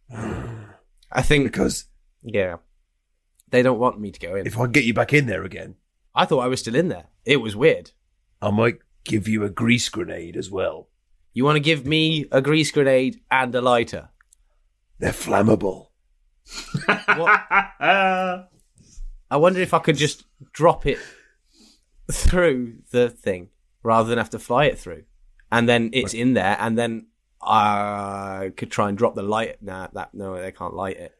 Speaker 6: I think
Speaker 3: because
Speaker 6: yeah, they don't want me to go in.
Speaker 3: If I get you back in there again,
Speaker 6: I thought I was still in there. It was weird.
Speaker 3: I might give you a grease grenade as well.
Speaker 6: You want to give me a grease grenade and a lighter?
Speaker 3: They're flammable.
Speaker 6: I wonder if I could just drop it through the thing rather than have to fly it through, and then it's in there, and then I could try and drop the light. Nah, that no, they can't light it.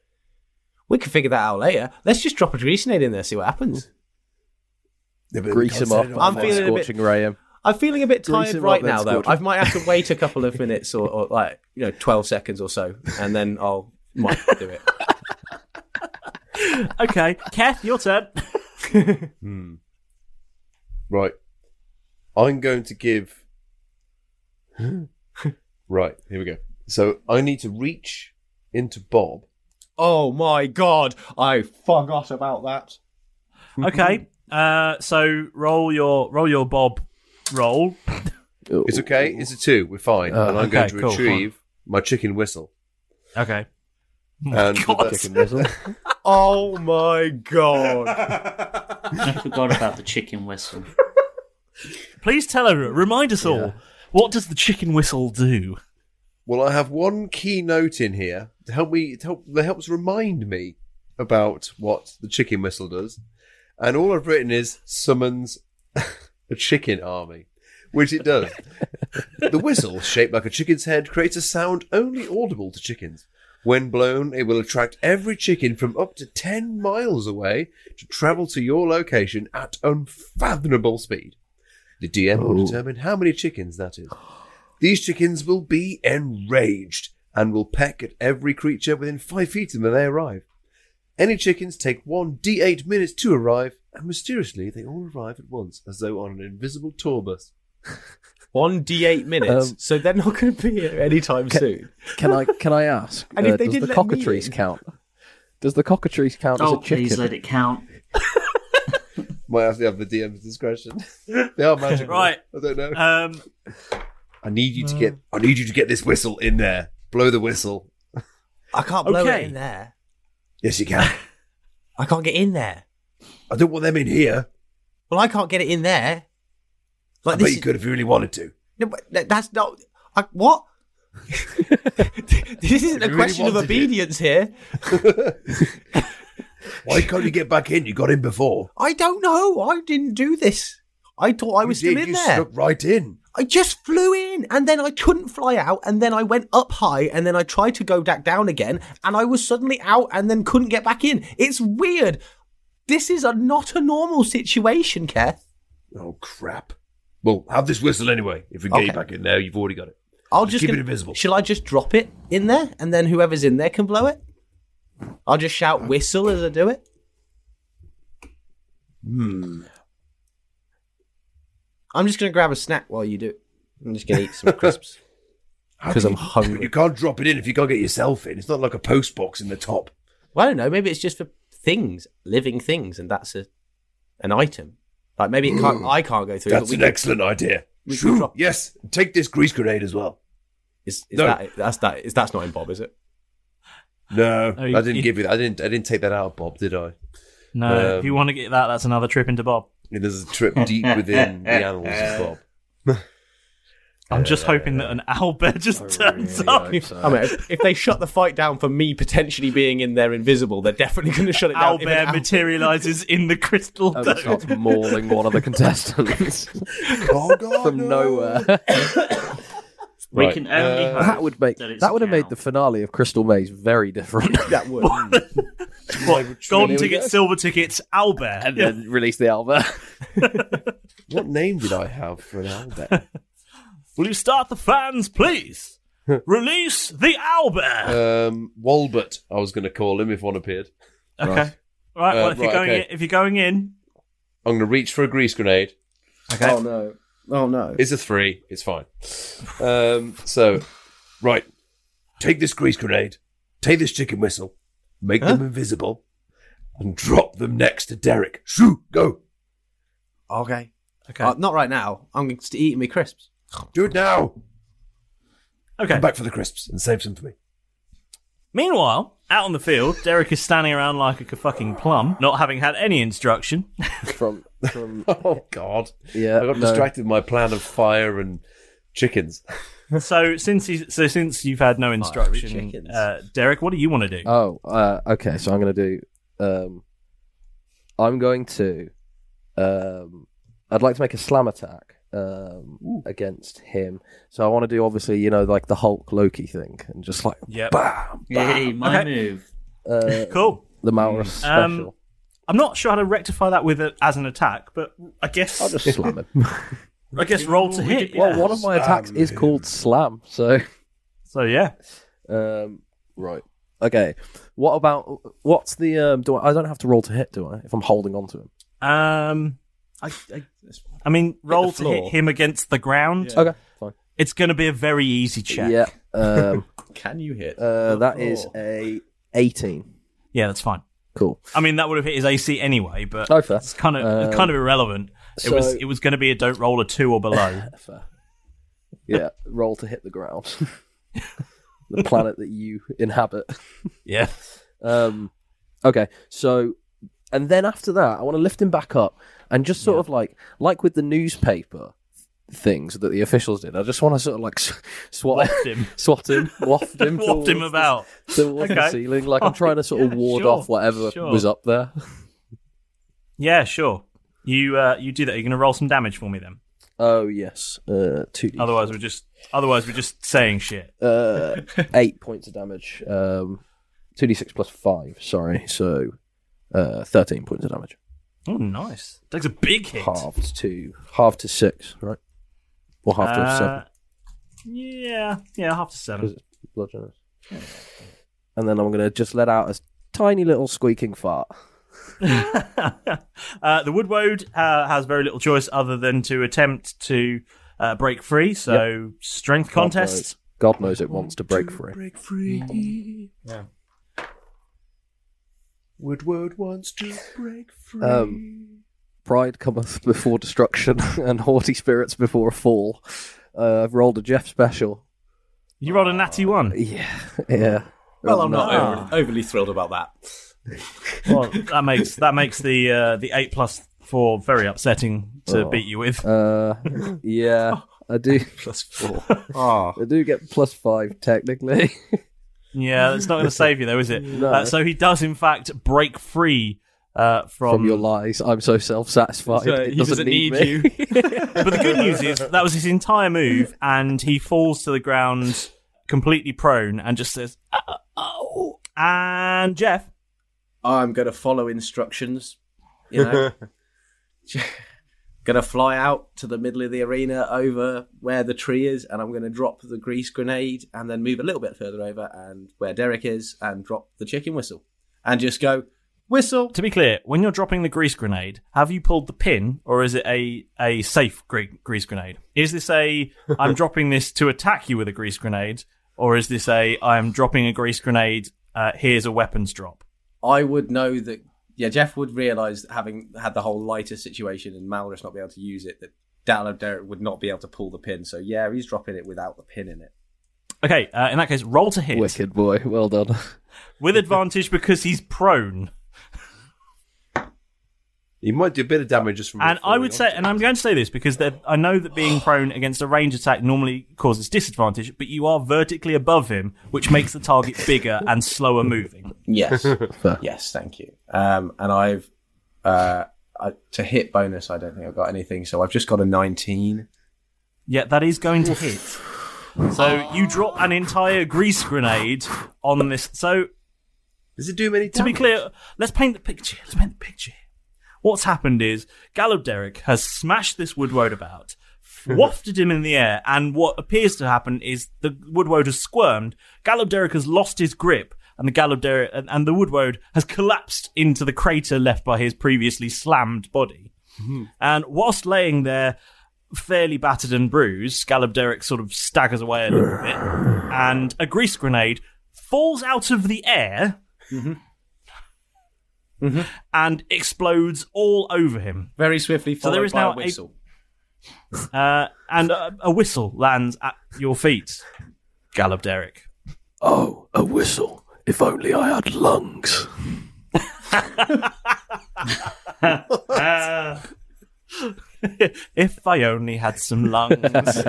Speaker 6: We can figure that out later. Let's just drop a grease grenade in there, see what happens.
Speaker 8: Grease him up.
Speaker 6: I'm
Speaker 8: I'm
Speaker 6: feeling a bit-
Speaker 8: scorching ray him.
Speaker 6: I'm feeling a bit
Speaker 8: Grease
Speaker 6: tired
Speaker 8: him
Speaker 6: right
Speaker 8: up, then
Speaker 6: now, though.
Speaker 8: scorch him.
Speaker 6: I might have to wait a couple of minutes or, or like you know, twelve seconds or so, and then I'll might do it.
Speaker 1: Okay, Keth, your turn.
Speaker 3: Hmm. Right. I'm going to give. right, here we go. So I need to reach into Bob.
Speaker 6: Oh my god, I forgot about that.
Speaker 1: Okay. Uh, so roll your roll your bob roll.
Speaker 3: It's okay. It's a two. We're fine.
Speaker 1: Uh,
Speaker 3: and I'm
Speaker 1: okay,
Speaker 3: going to
Speaker 1: cool,
Speaker 3: retrieve my chicken whistle.
Speaker 1: Okay.
Speaker 3: And with that chicken whistle.
Speaker 6: Oh my god.
Speaker 4: I forgot about the chicken whistle.
Speaker 1: Please tell everyone. Remind us all. What does the chicken whistle do?
Speaker 3: well, I have one key note in here to help me. To help that helps remind me about what the chicken whistle does. And all I've written is summons a chicken army, which it does. the whistle, shaped like a chicken's head, creates a sound only audible to chickens. When blown, it will attract every chicken from up to 10 miles away to travel to your location at unfathomable speed. The DM will
Speaker 9: Oh.
Speaker 3: determine how many chickens that is. These chickens will be enraged and will peck at every creature within five feet of them when they arrive. Any chickens take one D8 minutes to arrive, and mysteriously they all arrive at once, as though on an invisible tour bus.
Speaker 6: One D8 minutes,
Speaker 8: Um,
Speaker 6: so they're not going to be here anytime soon.
Speaker 8: Can I can I ask? uh,
Speaker 6: And if they
Speaker 8: does
Speaker 6: did
Speaker 8: the
Speaker 6: let me
Speaker 8: cockatrice
Speaker 6: in-
Speaker 8: count? Does the cockatrice count as
Speaker 4: Oh,
Speaker 8: a chicken?
Speaker 4: please let it count.
Speaker 3: Might have to have the DM's discretion. they are magical.
Speaker 1: Right.
Speaker 3: I don't know.
Speaker 1: Um,
Speaker 3: I need you to get. I need you to get this whistle in there. Blow the whistle.
Speaker 6: I can't blow
Speaker 3: Okay.
Speaker 6: it in there.
Speaker 3: Yes, you can.
Speaker 6: I can't get in there.
Speaker 3: I don't want them in here.
Speaker 6: Well, I can't get it in there.
Speaker 3: I bet
Speaker 6: Like this
Speaker 3: you
Speaker 6: is-
Speaker 3: could if you really wanted to.
Speaker 6: No, but that- that's not. I, what? this isn't a
Speaker 3: really
Speaker 6: question of
Speaker 3: wanted it.
Speaker 6: obedience here.
Speaker 3: Why can't you get back in? You got in before.
Speaker 6: I don't know. I didn't do this. I thought I was
Speaker 3: you
Speaker 6: still
Speaker 3: did.
Speaker 6: in
Speaker 3: you
Speaker 6: there.
Speaker 3: snuck right in.
Speaker 6: I just flew in and then I couldn't fly out and then I went up high and then I tried to go back down again and I was suddenly out and then couldn't get back in. It's weird. This is a not a normal situation, Keth.
Speaker 3: Oh crap! Well, have this whistle anyway. If we can get you
Speaker 6: Okay.
Speaker 3: back in there, you've already got it.
Speaker 6: I'll just
Speaker 3: keep
Speaker 6: gonna-
Speaker 3: it invisible.
Speaker 6: Shall I just drop it in there and then whoever's in there can blow it? I'll just shout whistle as I do it.
Speaker 3: Hmm.
Speaker 6: I'm just gonna grab a snack while you do it. I'm just gonna eat some crisps.
Speaker 3: How
Speaker 6: 'Cause
Speaker 3: can
Speaker 6: I'm
Speaker 3: you-
Speaker 6: hungry.
Speaker 3: You can't drop it in if you can't get yourself in. It's not like a post box in the top.
Speaker 6: Well, I don't know. Maybe it's just for things, living things, and that's a, an item. Like maybe it can't, I can't go through. but
Speaker 3: Mm. That's
Speaker 6: we
Speaker 3: an
Speaker 6: could-
Speaker 3: excellent idea.
Speaker 6: we could
Speaker 3: Shoo.
Speaker 6: drop-
Speaker 3: Yes, take this grease grenade as well.
Speaker 6: Is, is
Speaker 3: No.
Speaker 6: that, that's that. Is that's not in Bob, is it?
Speaker 3: No,
Speaker 1: Oh, you-
Speaker 3: I didn't
Speaker 1: you-
Speaker 3: give you that. I didn't. I didn't take that out, Bob. Did I?
Speaker 1: No,
Speaker 3: Um,
Speaker 1: Uh, if you want to get that, that's another trip into Bob.
Speaker 3: There's a trip deep within the annals of Bob.
Speaker 1: I'm just hoping that an owl bear just turns up.
Speaker 6: Oh, I mean, if, if they shut the fight down for me potentially being in there invisible, they're definitely going to shut it down.
Speaker 1: owl
Speaker 6: if an
Speaker 1: bear
Speaker 6: owl-
Speaker 1: materializes in the crystal
Speaker 8: and
Speaker 1: dome.
Speaker 8: starts mauling one of the contestants
Speaker 3: oh, God,
Speaker 8: from nowhere.
Speaker 14: We
Speaker 8: Right,
Speaker 14: can only
Speaker 8: uh,
Speaker 14: hope
Speaker 8: that would make
Speaker 14: that, it's
Speaker 8: that would
Speaker 14: a
Speaker 8: have made the finale of Crystal Maze very different.
Speaker 6: that would.
Speaker 1: What, golden
Speaker 8: Here we
Speaker 1: tickets,
Speaker 8: go.
Speaker 1: silver tickets, owl bear.
Speaker 8: and then release the Alba.
Speaker 3: What name did I have for an owl bear?
Speaker 1: Will you start the fans, please? Release the owl bear.
Speaker 3: um, Walbert. I was going to call him if one appeared.
Speaker 1: okay.
Speaker 8: right.
Speaker 1: Right. well,
Speaker 3: Uh,
Speaker 1: if you're
Speaker 3: right,
Speaker 1: going
Speaker 3: okay.
Speaker 1: in, if you're going in,
Speaker 3: I'm going to reach for a grease grenade.
Speaker 1: okay.
Speaker 17: Oh no. Oh no.
Speaker 3: It's a three. It's fine. Um, so, right. Take this grease grenade. Take this chicken whistle. Make them invisible, and drop them next to Derek. Shoo! Go.
Speaker 17: Okay.
Speaker 1: okay.
Speaker 17: Uh, not right now. I'm just eating my crisps.
Speaker 3: Do it now.
Speaker 1: okay.
Speaker 3: Come back for the crisps and save some for me.
Speaker 1: Meanwhile, out on the field, Derek is standing around like a c- fucking plum, not having had any instruction.
Speaker 8: from from
Speaker 3: Oh God!
Speaker 8: yeah.
Speaker 3: I got
Speaker 8: no.
Speaker 3: distracted with my plan of fire and chickens.
Speaker 1: So since he's, so since you've had no instruction,
Speaker 17: chickens.
Speaker 1: uh, Derek, what do you want to do?
Speaker 8: Oh, uh, okay. So I'm going to do. Um, I'm going to. Um, I'd like to make a slam attack um, against him. So I want to do obviously, you know, like the Hulk Loki thing, and just like
Speaker 1: Yep.
Speaker 8: bam,
Speaker 14: Yay, my
Speaker 1: Okay.
Speaker 14: move.
Speaker 8: uh,
Speaker 1: Cool.
Speaker 8: the Malrus
Speaker 1: Um,
Speaker 8: special.
Speaker 1: I'm not sure how to rectify that with a, as an attack, but I guess
Speaker 8: I'll just slam him.
Speaker 1: I guess roll to hit.
Speaker 8: well,
Speaker 1: yeah.
Speaker 8: one of my attacks
Speaker 3: Slam
Speaker 8: is called slam. So
Speaker 1: So yeah,
Speaker 8: um, right, okay. What about what's the? Um, do I, I don't have to roll to hit, do I? If I'm holding on to him.
Speaker 1: um, I, I, I mean, roll to hit
Speaker 8: floor.
Speaker 1: him against the ground.
Speaker 8: Okay, fine.
Speaker 1: It's going to be a very easy check.
Speaker 8: Yeah. Um,
Speaker 17: Can you hit? Oh.
Speaker 8: uh,
Speaker 17: the
Speaker 8: that is
Speaker 17: floor?
Speaker 8: a 18.
Speaker 1: Yeah, that's fine.
Speaker 8: Cool.
Speaker 1: I mean, that would have hit his AC anyway, but
Speaker 8: Oh, fair.
Speaker 1: it's kind of it's
Speaker 8: Um,
Speaker 1: kind of irrelevant. It
Speaker 8: so-
Speaker 1: was it was going to be a don't roll a two or below.
Speaker 8: Fair. Yeah, roll to hit the ground. the planet that you inhabit.
Speaker 1: yeah.
Speaker 8: Um, okay, so and then after that, I want to lift him back up and just sort of like like with the newspaper things that the officials did. I just want to sort of like s- swat
Speaker 1: Waft him.
Speaker 8: swat him, waft him,
Speaker 1: Whopped him
Speaker 8: towards
Speaker 1: about.
Speaker 8: the- towards
Speaker 1: Okay. Oh,
Speaker 8: the ceiling. Like I'm trying to sort of
Speaker 1: Yeah,
Speaker 8: ward
Speaker 1: sure,
Speaker 8: off whatever
Speaker 1: sure.
Speaker 8: was up there.
Speaker 1: Yeah, sure. You uh, you do that. You're going to roll some damage for me then.
Speaker 8: Oh yes, uh, two D.
Speaker 1: Otherwise, we're just otherwise we're just saying shit.
Speaker 8: uh, eight points of damage. Um, two d six plus five. Sorry, so uh, thirteen points of damage.
Speaker 1: Oh, nice. Takes a big hit.
Speaker 8: Halved to half to six, right? Or half to
Speaker 1: Uh,
Speaker 8: seven.
Speaker 1: Yeah, yeah, half to seven.
Speaker 8: 'cause it's blood generous. And then I'm gonna just let out a tiny little squeaking fart.
Speaker 1: uh, the Woodwode uh, has very little choice other than to attempt to uh, break free. So strength contest.
Speaker 8: God knows it wants to break free.
Speaker 3: Break free.
Speaker 2: Yeah.
Speaker 3: Woodward wants to break free.
Speaker 8: Um, Pride cometh before destruction, and haughty spirits before a fall. Uh, I've rolled a Jeff special.
Speaker 1: You rolled a natty one.
Speaker 8: Yeah, yeah.
Speaker 6: Well, I'm not overly, overly thrilled about that.
Speaker 1: Well, that makes that makes the uh, the eight plus four very upsetting to
Speaker 8: Oh.
Speaker 1: beat you with.
Speaker 8: Uh, yeah, I do.
Speaker 6: plus
Speaker 8: Oh.
Speaker 6: four.
Speaker 8: I do get plus five technically.
Speaker 1: Yeah, it's not going to save you though, is it?
Speaker 8: No.
Speaker 1: Uh, so he does in fact break free uh, from,
Speaker 8: From your lies, I'm so self-satisfied.
Speaker 1: So
Speaker 8: it
Speaker 1: he
Speaker 8: doesn't,
Speaker 1: doesn't
Speaker 8: need,
Speaker 1: need
Speaker 8: me.
Speaker 1: but the good news is that was his entire move, and he falls to the ground completely prone and just says, "Uh, "Oh." And Jeff,
Speaker 6: I'm going to follow instructions. You know, going to fly out to the middle of the arena over where the tree is, and I'm going to drop the grease grenade, and then move a little bit further over and where Derek is, and drop the chicken whistle, and just go whistle.
Speaker 1: to be clear, when you're dropping the grease grenade, have you pulled the pin, or is it a a safe gre- grease grenade? Is this a I'm dropping this to attack you with a grease grenade, or is this a I'm dropping a grease grenade? Uh, here's a weapons drop.
Speaker 6: I would know that. Yeah, Jeff would realise that having had the whole lighter situation and Malrus not be able to use it, that Dan and Derek would not be able to pull the pin. So yeah, he's dropping it without the pin in it.
Speaker 1: Okay, uh, in that case, roll to hit
Speaker 8: Wicked boy, well done.
Speaker 1: with advantage because he's prone.
Speaker 3: You might do a bit of damage just from.
Speaker 1: And I would say, and I'm going to say this because they're- I know that being prone against a range attack normally causes disadvantage, but you are vertically above him, which makes the target bigger and slower moving.
Speaker 6: Yes, yes, thank you. Um, and I've uh, I, to hit bonus. I don't think I've got anything, so I've just got a nineteen.
Speaker 1: Yeah, that is going to hit. So you drop an entire grease grenade on this. So
Speaker 3: does it do many?
Speaker 1: To be clear, let's paint the picture. Let's paint the picture. What's happened is Gallo Derrick has smashed this woodwode about, wafted him in the air, and what appears to happen is the woodwode has squirmed. Gallo Derrick has lost his grip, and the Gallo Derrick and, and the woodwode has collapsed into the crater left by his previously slammed body. And whilst laying there, fairly battered and bruised, Scallop Derek sort of staggers away a little bit, and a grease grenade falls out of the air
Speaker 6: Mm-hmm.
Speaker 1: Mm-hmm. and explodes all over him.
Speaker 6: Very swiftly
Speaker 1: So there
Speaker 6: followed
Speaker 1: is
Speaker 6: by
Speaker 1: now
Speaker 6: a whistle.
Speaker 1: A, uh, and a, a whistle lands at your feet, Gallop Derek.
Speaker 14: Oh, a whistle. If only I had lungs.
Speaker 1: Uh, if I only had some lungs.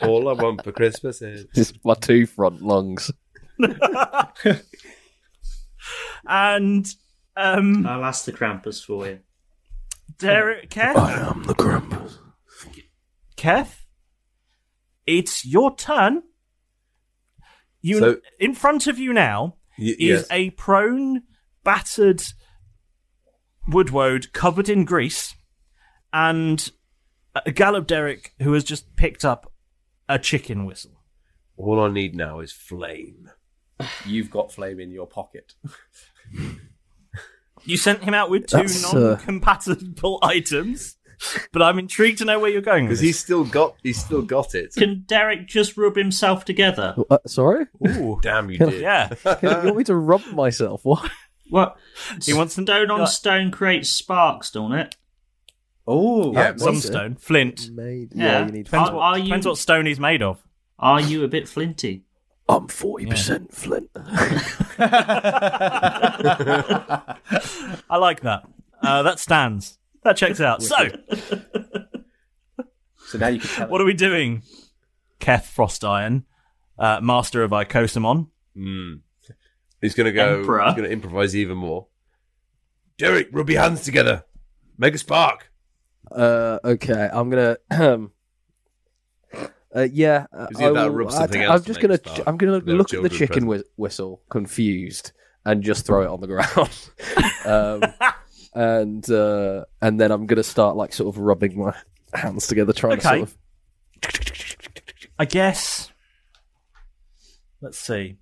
Speaker 3: All I want for Christmas is.
Speaker 8: Just my two front lungs.
Speaker 1: and um,
Speaker 4: I'll ask the Krampus for you.
Speaker 1: Derek, Keth? I am the Krampus. Keth, it's your turn. You
Speaker 3: So-
Speaker 1: in front of you now
Speaker 3: Y-
Speaker 1: is
Speaker 3: yes.
Speaker 1: a prone, battered woodwode covered in grease, and a Gallop Derek who has just picked up a chicken whistle.
Speaker 3: All I need now is flame.
Speaker 6: You've got flame in your pocket.
Speaker 1: You sent him out with two
Speaker 3: That's, uh,
Speaker 1: non-compatible items, but I'm intrigued to know where you're going. with
Speaker 3: Because
Speaker 1: this.
Speaker 3: he's still got he's still got it.
Speaker 4: Can Derek just rub himself together?
Speaker 8: Uh, sorry,
Speaker 1: Ooh,
Speaker 3: Damn, you did.
Speaker 1: yeah.
Speaker 8: you want me to rub myself? What?
Speaker 4: What?
Speaker 1: He wants them
Speaker 4: stone on
Speaker 1: like-
Speaker 4: stone creates sparks, don't it?
Speaker 6: Oh,
Speaker 1: Yeah, some
Speaker 8: was it?
Speaker 1: stone, flint.
Speaker 8: Made.
Speaker 4: Yeah.
Speaker 8: Yeah. you need.
Speaker 1: Depends,
Speaker 4: Are-
Speaker 1: what,
Speaker 4: are you-
Speaker 1: depends what stone he's made of.
Speaker 4: Are you a bit flinty?
Speaker 14: I'm 40% Flint.
Speaker 1: I like that. Uh, that stands. That checks out. So,
Speaker 6: So now you can tell.
Speaker 1: what are we doing? Keth Frostiron, uh, master of Icosamon.
Speaker 3: Mm. He's gonna go.
Speaker 4: Emperor.
Speaker 3: He's gonna improvise even more. Derek, rub your hands together. Make a spark.
Speaker 8: Uh, okay, I'm gonna. Um, uh, yeah, uh,
Speaker 3: Is either
Speaker 8: I
Speaker 3: that
Speaker 8: will-
Speaker 3: rubs
Speaker 8: I
Speaker 3: something
Speaker 8: d-
Speaker 3: else
Speaker 8: I'm just
Speaker 3: to
Speaker 8: gonna.
Speaker 3: make
Speaker 8: ch-
Speaker 3: start.
Speaker 8: I'm gonna
Speaker 3: There are
Speaker 8: look at the
Speaker 3: children
Speaker 8: chicken whi whistle, confused, and just throw it on the ground. um, and uh, and then I'm gonna start like sort of rubbing my hands together, trying to
Speaker 1: Okay.
Speaker 8: sort of.
Speaker 1: I guess. Let's see.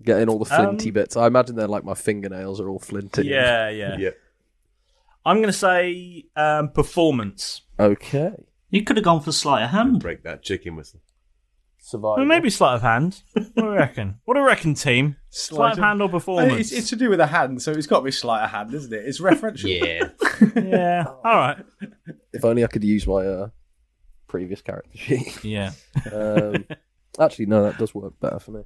Speaker 8: Get in all the flinty
Speaker 1: Um,
Speaker 8: bits. I imagine they're like my fingernails are all flinty.
Speaker 1: Yeah, yeah.
Speaker 3: Yeah.
Speaker 1: I'm going to say um, performance.
Speaker 8: Okay.
Speaker 4: You could have gone for sleight of hand.
Speaker 3: Break that chicken whistle.
Speaker 1: Well,
Speaker 8: Survival.
Speaker 1: maybe sleight of hand. What do you reckon? What do you reckon, team? Sleight, of hand or performance?
Speaker 6: It's, it's to do with a hand, so it's got to be sleight of hand, isn't it? It's referential.
Speaker 3: Yeah.
Speaker 1: yeah. All right.
Speaker 8: If only I could use my uh, previous character sheet.
Speaker 1: Yeah.
Speaker 8: um, actually, no, that does work better for me.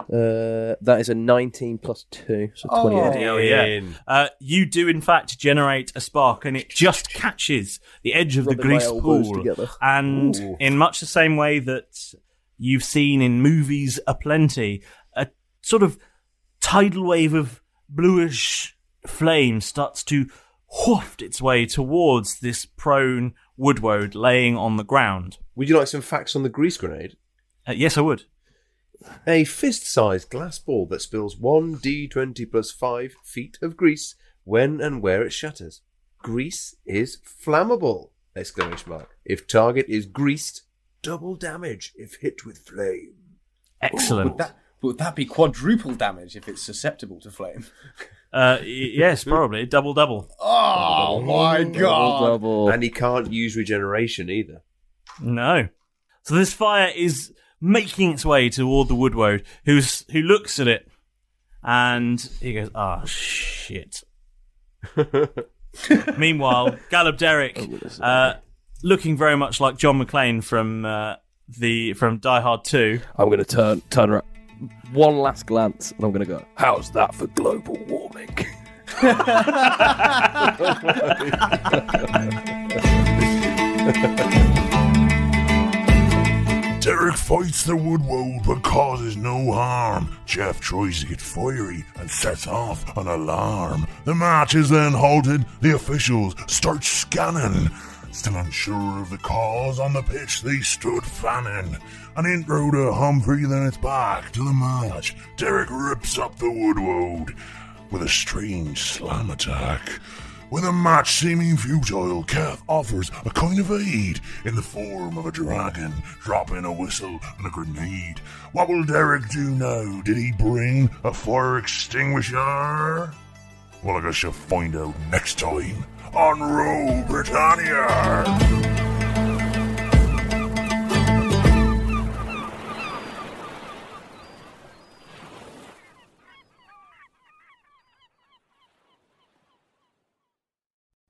Speaker 8: Uh, that is a 19 plus 2, so 28.
Speaker 1: Oh, yeah. Uh, you do, in fact, generate a spark, and it just catches the edge of the
Speaker 8: Rubbing my
Speaker 1: grease
Speaker 8: elbows
Speaker 1: pool.
Speaker 8: together.
Speaker 1: And
Speaker 8: Ooh.
Speaker 1: in much the same way that you've seen in movies aplenty, a sort of tidal wave of bluish flame starts to waft its way towards this prone woodwode laying on the ground.
Speaker 3: Would you like some facts on the grease grenade?
Speaker 1: Uh, yes, I would.
Speaker 3: A fist sized glass ball that spills 1d20 plus 5 feet of grease when and where it shatters. Grease is flammable! Exclamation mark. If target is greased, double damage if hit with flame.
Speaker 1: Excellent.
Speaker 6: Would that, would that be quadruple damage if it's susceptible to flame?
Speaker 1: Uh, y- yes, probably. Double, double.
Speaker 6: Oh my
Speaker 3: And he can't use regeneration either.
Speaker 1: No. So this fire is making its way toward the woodwode, who's who looks at it, and he goes, "Ah, shit." Meanwhile, Gallop Derrick,
Speaker 8: Oh,
Speaker 1: uh, looking very much like John McClane from uh, the from Die Hard Two.
Speaker 8: I'm going to turn turn around. One last glance, and I'm going to go, How's that for global warming?
Speaker 11: Derek fights the woodwode but causes no harm. Jeff tries to get fiery and sets off an alarm. The match is then halted. The officials start scanning. Still unsure of the cause, on the pitch they stood fanning. An intro to Humphrey, then it's back to the match. Derek rips up the woodwode with a strange slam attack. With a match seeming futile, Keth offers a kind of aid in the form of a dragon, dropping a whistle and a grenade. What will Derek do now? Did he bring a fire extinguisher? Well, I guess you'll find out next time on Row Britannia!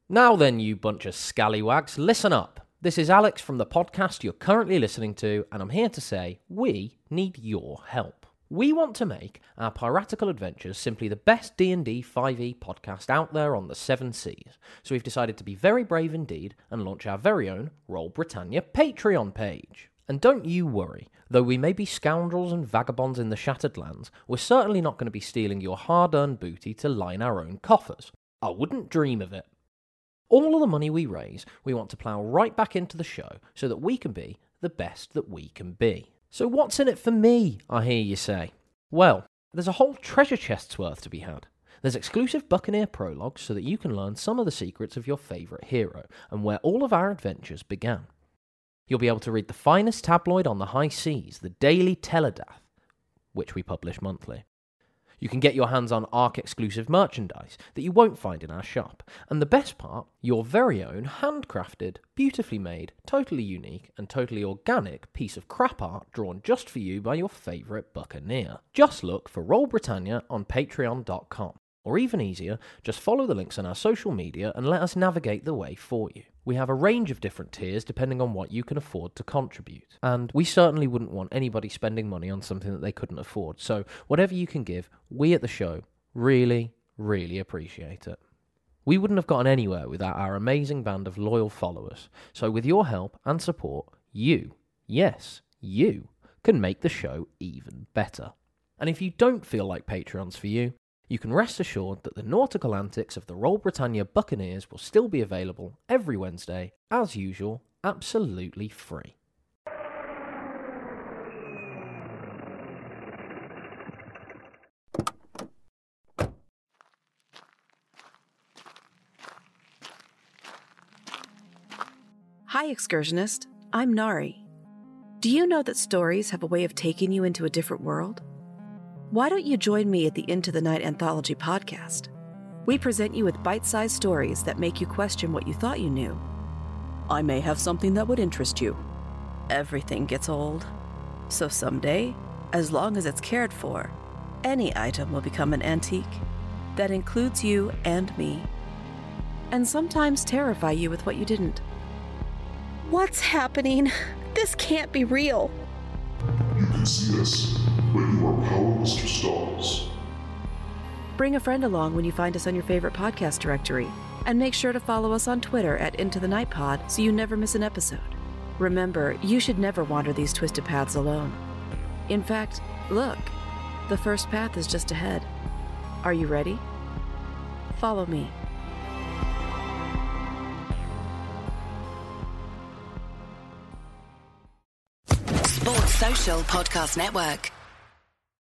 Speaker 18: Now then, you bunch of scallywags, listen up. This is Alex from the podcast you're currently listening to, and I'm here to say we need your help. We want to make our piratical adventures simply the best D&D 5e E podcast out there on the seven seas. So we've decided to be very brave indeed and launch our very own Roll Britannia Patreon page. And don't you worry, though we may be scoundrels and vagabonds in the Shattered Lands, we're certainly not going to be stealing your hard-earned booty to line our own coffers. I wouldn't dream of it. All of the money we raise, we want to plough right back into the show so that we can be the best that we can be. So, what's in it for me, I hear you say? Well, there's a whole treasure chest's worth to be had. There's exclusive Buccaneer prologues so that you can learn some of the secrets of your favourite hero and where all of our adventures began. You'll be able to read the finest tabloid on the high seas, the Daily Telegraph, which we publish monthly. You can get your hands on ARC exclusive merchandise that you won't find in our shop. And the best part, your very own handcrafted, beautifully made, totally unique, and totally organic piece of crap art drawn just for you by your favourite buccaneer. Just look for Roll Britannia on patreon.com. Or even easier, just follow the links on our social media and let us navigate the way for you. We have a range of different tiers depending on what you can afford to contribute. And we certainly wouldn't want anybody spending money on something that they couldn't afford. So, whatever you can give, we at the show really, really appreciate it. We wouldn't have gotten anywhere without our amazing band of loyal followers. So, with your help and support, you, yes, you, can make the show even better. And if you don't feel like Patreon's for you, you can rest assured that the nautical antics of the Royal Britannia Buccaneers will still be available every Wednesday, as usual, absolutely free.
Speaker 19: Hi, excursionist. I'm Nari. Do you know that stories have a way of taking you into a different world? Why don't you join me at the Into the Night Anthology podcast? We present you with bite sized stories that make you question what you thought you knew. I may have something that would interest you. Everything gets old. So someday, as long as it's cared for, any item will become an antique. That includes you and me. And sometimes terrify you with what you didn't. What's happening? This can't be real.
Speaker 20: You can see us, but you are powerless to stop us.
Speaker 19: Bring a friend along when you find us on your favorite podcast directory. And make sure to follow us on Twitter at Into the Night Pod so you never miss an episode. Remember, you should never wander these twisted paths alone. In fact, look, the first path is just ahead. Are you ready? Follow me.
Speaker 21: Sports Social Podcast Network.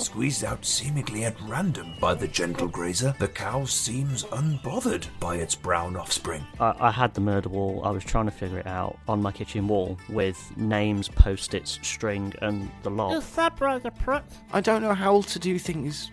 Speaker 2: Squeezed out seemingly at random by the gentle grazer, the cow seems unbothered by its brown offspring.
Speaker 4: I, I had the murder wall. I was trying to figure it out on my kitchen wall with names, post-its, string, and the log.
Speaker 22: that brother Pratt? I don't know how to do things